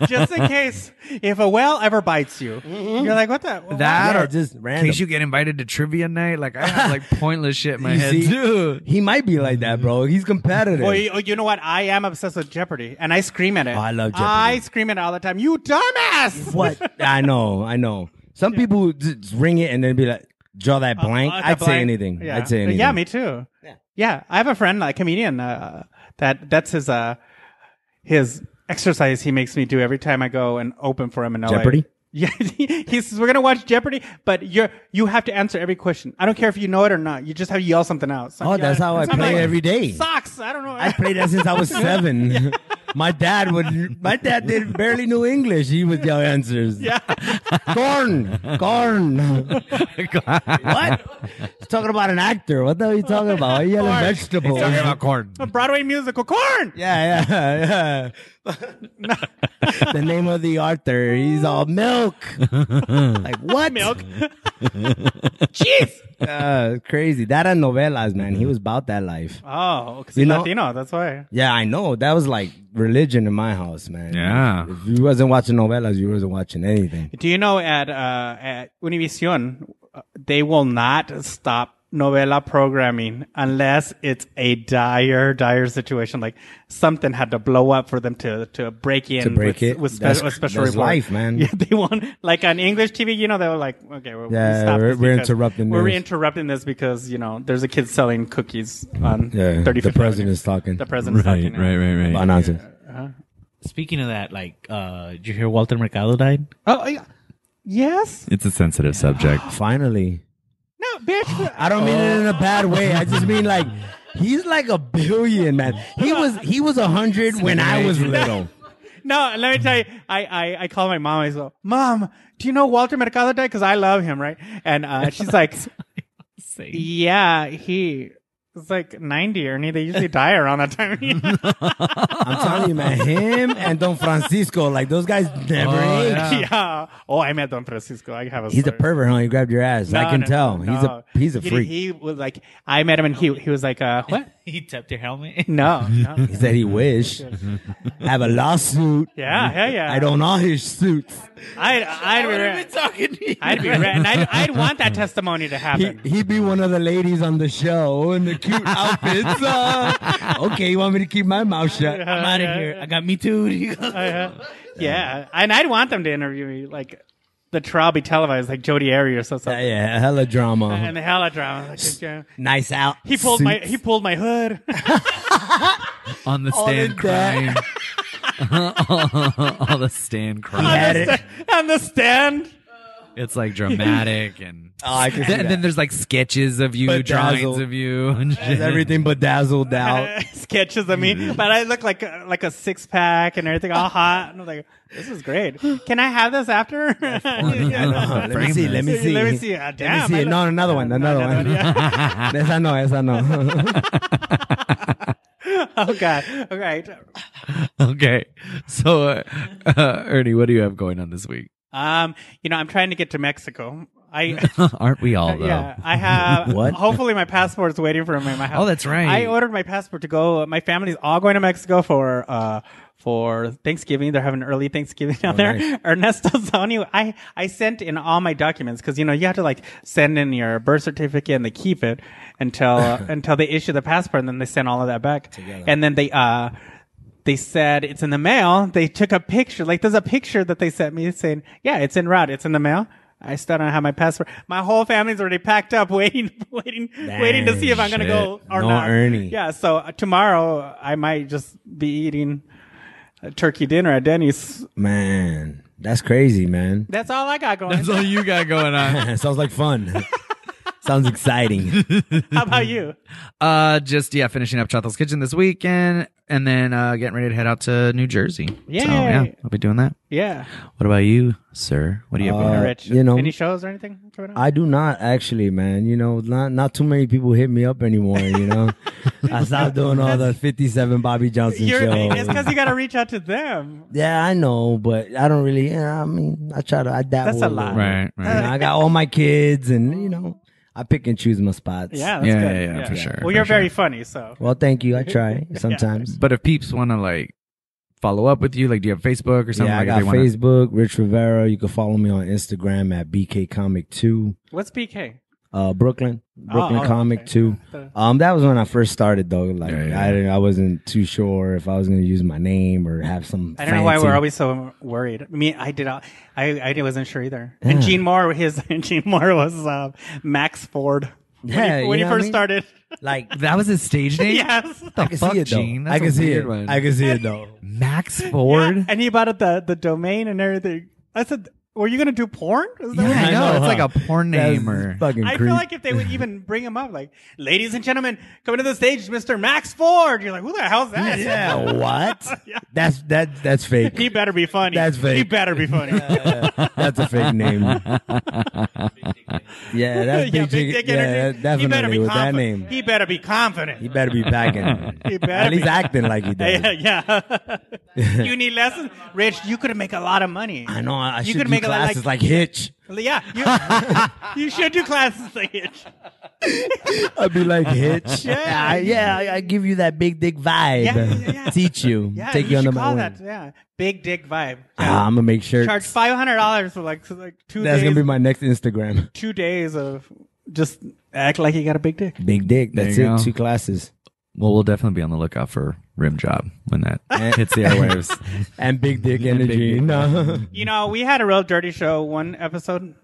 Just in case if a whale ever bites you,
Mm-hmm.
you're like, what the?
That
Yeah,
or
just
in
random.
case you get invited to trivia night, like I have like pointless shit in my
You
head.
see?
Dude.
He might be like that, bro. He's competitive.
Well, you, oh, you know what? I am obsessed with Jeopardy, and I scream at it.
Oh, I love Jeopardy.
I scream at it all the time. You dumbass!
what? I know, I know. Some people just ring it and then be like, draw that blank.
Uh,
I'd
the
say
blank-
anything.
Yeah.
I'd say anything.
Yeah, me too. Yeah, I have a friend, a comedian. Uh, that that's his uh, his exercise he makes me do every time I go and open for him in LA.
Jeopardy?
Yeah, he says we're gonna watch Jeopardy, but you're you have to answer every question. I don't care if you know it or not. You just have to yell something out. So-
Oh,
yeah,
that's how I
so I'm
play
like,
every day.
Socks. I don't know.
I played that since I was seven. My dad would. My dad did barely knew English. He would yell answers.
yeah,
corn, corn. what? He's talking about an actor. What the hell are you talking about? Why are you yelling
Corn.
vegetable?
corn.
a Broadway musical corn.
Yeah, yeah, yeah. the name of the author. He's all milk. like what?
Milk. Jeez.
Uh, crazy. That and novelas, man. He was about that life.
Oh, because
You
he's
know-
Latino. That's why.
Yeah, I know. That was like religion in my house, man.
Yeah.
If you wasn't watching novelas, you wasn't watching anything.
Do you know at uh, at Univision uh, they will not stop novela programming unless it's a dire, dire situation. Like something had to blow up for them to to break in
To break
with,
it.
with, spe-
That's-
with special
that's
report.
life, man.
Yeah, they won't like on English TV. You know, they were like, okay, we're,
Yeah,
we stop
we're-
this
we're
because-
interrupting
We're
news.
interrupting this because you know there's a kid selling cookies on
Yeah,
35th
the
Avenue.
president's talking.
The president's talking.
right,
About nonsense.
Speaking of that, like, uh, did you hear Walter Mercado died?
Oh, yeah. yes.
It's a sensitive subject.
Finally.
No, bitch.
I don't mean it in a bad way. I just mean like he's like a billion man. He was he was a hundred when I was little.
No, let me tell you, I, I, I call my mom. I go, Mom, do you know Walter Mercado died? Because I love him, right? And uh, she's like, Yeah, he was like 90 or They usually die around that time. yeah.
I'm telling you, man. Him and Don Francisco, like those guys never age.
Oh, I met Don Francisco. I have a
He's a
story.
pervert, huh? You grabbed your ass. I
No,
can
no,
tell.
no,
he's
no.
a he's a
He-
freak.
He, was like, I met him and he, he was like, uh, What?
He tapped your helmet.
No, no.
he said he wished have a lawsuit.
Yeah, hell yeah.
I don't all his suits.
I'd, I'd be, re-
talking to you.
I'd be, re- and I'd, I'd want that testimony to
He,
happen.
he'd be one of the ladies on the show in the cute outfits. Uh, okay, you want me to keep my mouth shut?
I'm out of here. I got me too.
Uh-huh. yeah, and I'd want them to interview me. Like the trial be televised, like Jody Arias or something.
Yeah, yeah, hella drama.
And the hella drama. Like, yeah.
nice out.
He pulled my
suits.
he pulled my hood.
On the
All
stand
of that.
crying. All the stand crying.
had it.
on the stand.
It's like dramatic and
Oh, I can see
then, then
that.
there's like sketches of you,
Bedazzled.
drawings of you, and shit.
There's everything bedazzled out. Mm-hmm.
Sketches of me, but I look like a, like a six pack and everything all hot, and I'm like, "This is great. Can I have this after?"
Uh-huh. Let me see. Let me see.
Let me see. Ah, damn,
see.
I
No, another one. Another one.
yeah.
Esa no. Esa no.
oh god. All right.
Okay, so uh, uh, Ernie, what do you have going on this week?
Um, you know, I'm trying to get to Mexico. I
Aren't we
Uh,
all though?
Uh, Yeah, I have.
What?
Hopefully, my passport's waiting for me in my house.
Oh, that's right.
I ordered my passport to go. My family's all going to Mexico for uh for Thanksgiving. They're having early Thanksgiving
Oh,
down there.
nice.
Ernesto's telling you, I I sent in all my documents because you know you have to like send in your birth certificate and they keep it until uh, until they issue the passport and then they send all of that back. And then they uh. They said it's in the mail. They took a picture. Like there's a picture that they sent me saying, "Yeah, it's in route. It's in the mail." I still don't have my passport. My whole family's already packed up, waiting, waiting, waiting to see if I'm gonna go or
No
not.
Ernie.
Yeah. So uh, tomorrow I might just be eating a turkey dinner at Denny's.
Man, That's crazy, man.
That's all I got going.
That's all you got going on.
Sounds like fun. Sounds exciting.
How about you?
Uh, just yeah, finishing up Chothel's Kitchen this weekend, and then uh, getting ready to head out to New Jersey.
Yay.
So, yeah, I'll be doing that.
Yeah.
What about you, sir? What do you have going
Uh,
on?
Rich,
you know-
any shows or anything coming up?
I do not actually, man. You know, not not too many people hit me up anymore. You know, I stopped doing all the fifty-seven Bobby Johnson
You're,
shows.
it's because you got to reach out to them.
yeah, I know, but I don't really. Yeah, I mean, I try to. I dabble.
That's a
little
lot.
bit.
Right,
You know,
right.
I got all my kids, and you know, I pick and choose my spots.
Yeah, that's
Yeah,
good.
yeah, yeah, for sure,
Well,
for
you're very
sure.
funny, so
Well, thank you. I try sometimes.
But if peeps want to like follow up with you, like do you have Facebook or something?
yeah, I
like if
got
they wanna-
Facebook, Rich Rivera. You can follow me on Instagram at BK Comic Two,
what's BK?
uh, Brooklyn, Brooklyn
oh,
Comic
okay.
Two. Um, that was when I first started though. Like,
Yeah, yeah,
I didn't, I wasn't too sure if I was gonna use my name or have some.
I don't know why
fancy-
we're always so worried. I mean, I did. all- I I wasn't sure either. And Gene Moore, his Gene Moore was uh, Max Ford. When
Yeah,
he,
you
when he
know what I
first
mean?
started.
like.
That was his stage name.
yes.
What
I
the
can
fuck,
see it though.
Gene. That's
I can
a
see
weird
it.
One.
I can see it though.
Max Ford.
Yeah, and he bought it the the domain and everything. I said, were you gonna do porn? Is that
Yeah,
what-
I know. It's
huh?
like a porn
That's
name or
fucking
I
creep.
feel like if they would even bring him up, like, ladies and gentlemen, coming to the stage, Mr. Max Ford. You're like, who the hell's that?
yeah, what? That's that. That's fake.
He better be funny.
That's fake.
He better be funny.
That's a fake name. yeah, that's
yeah,
big dick.
Dick
yeah,
Energy.
that-
he better
definitely
be
with that
confident.
name.
He better be confident.
He better be packing.
He better
At least
be-
acting like he does.
yeah, yeah. you need lessons, Rich. You could make a lot of money.
I know. I I
You
should
could
do
make a lot,
classes like, Hitch.
Yeah, you, you should do classes like it.
I'd be like Hitch.
Yeah.
I, yeah. I, I give you that big dick vibe.
Yeah, yeah, yeah.
Teach you.
Yeah,
Take
you
you, under
should
my
call
wing.
that. Yeah, big dick vibe.
Ah, I'm gonna make sure.
Charge five hundred dollars for like like two
That's
days.
gonna be my next Instagram.
two days of just act like you got a big dick.
Big dick. That's
you
it.
go.
Two classes.
Well, we'll definitely be on the lookout for Rim Job when that hits the airwaves.
And big dick energy.
dick.
No.
You know, we had a real dirty show one episode.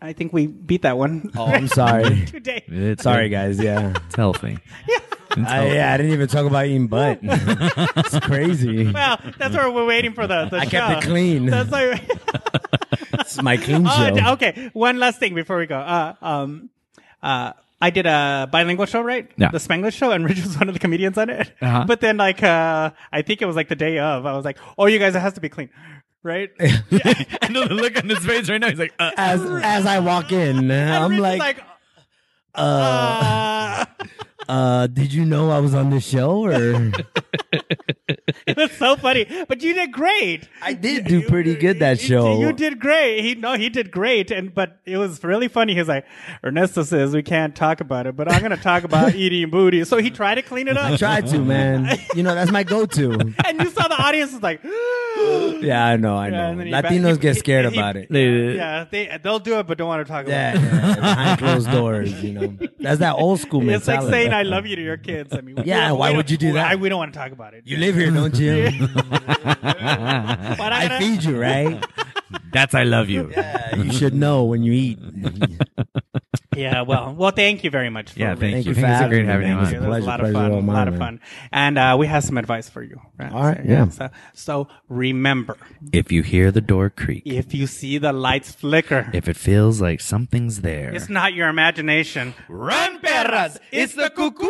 I think we beat that one.
Oh, I'm sorry.
two days.
It's
sorry, guys. Yeah.
It's healthy.
I, yeah, I didn't even talk about eating butt. it's crazy.
Well, that's where we're waiting for the, the
I
show.
kept it clean.
That's like.
It's my clean
Oh,
show.
d- okay. One last thing before we go. Uh, um, uh, I did a bilingual show, right?
Yeah.
The Spanglish show, and Rich was one of the comedians on it.
Uh-huh.
But then, like, uh, I think it was like the day of. I was like, "Oh, you guys, it has to be clean, right?" Yeah.
and the look on his face right now, he's like, uh,
As as I walk in,
And
I'm
Rich was
like, uh,
uh,
uh, did you know I was on the show? Or
it was so funny. But you did great.
I did do pretty good that
You-
show.
You did great. He no, he did great, and but it was really funny. He's like, Ernesto says we can't talk about it, but I'm gonna talk about eating booty. So he tried to clean it up.
I tried to, man. You know that's my go-to.
and you saw the audience is like,
Yeah, I know, I
Yeah,
know.
and then he
Latinos
ba-
get
he-
scared
he-
about it.
uh,
yeah, they they'll do it, but don't want to talk about
Yeah,
it.
yeah, behind closed doors, you know. That's that old school
It's
mentality.
like saying "I love you" to your kids. I mean, we-
Yeah,
we
why
don't-
would you do
we-
that?
I- we don't want to talk about it.
you live here, don't you?
But I,
I
gotta-
feed you, right?
that's I love you.
Yeah, you should know when you eat.
yeah, well, well, thank you very much. For
Yeah, thank
Thank
you.
you
Thank
for
you. It's a
having
great
me,
having you
man.
on.
Thank
It was
Pleasure,
a lot of
pleasure,
fun.
all
A
mine,
lot of
man.
fun. And uh, we have some advice for you. Right?
All right,
So,
yeah.
So, so remember,
If you hear the door creak,
if you see the lights flicker,
if it feels like something's there,
it's not your imagination. Run, perras! It's the cuckoo!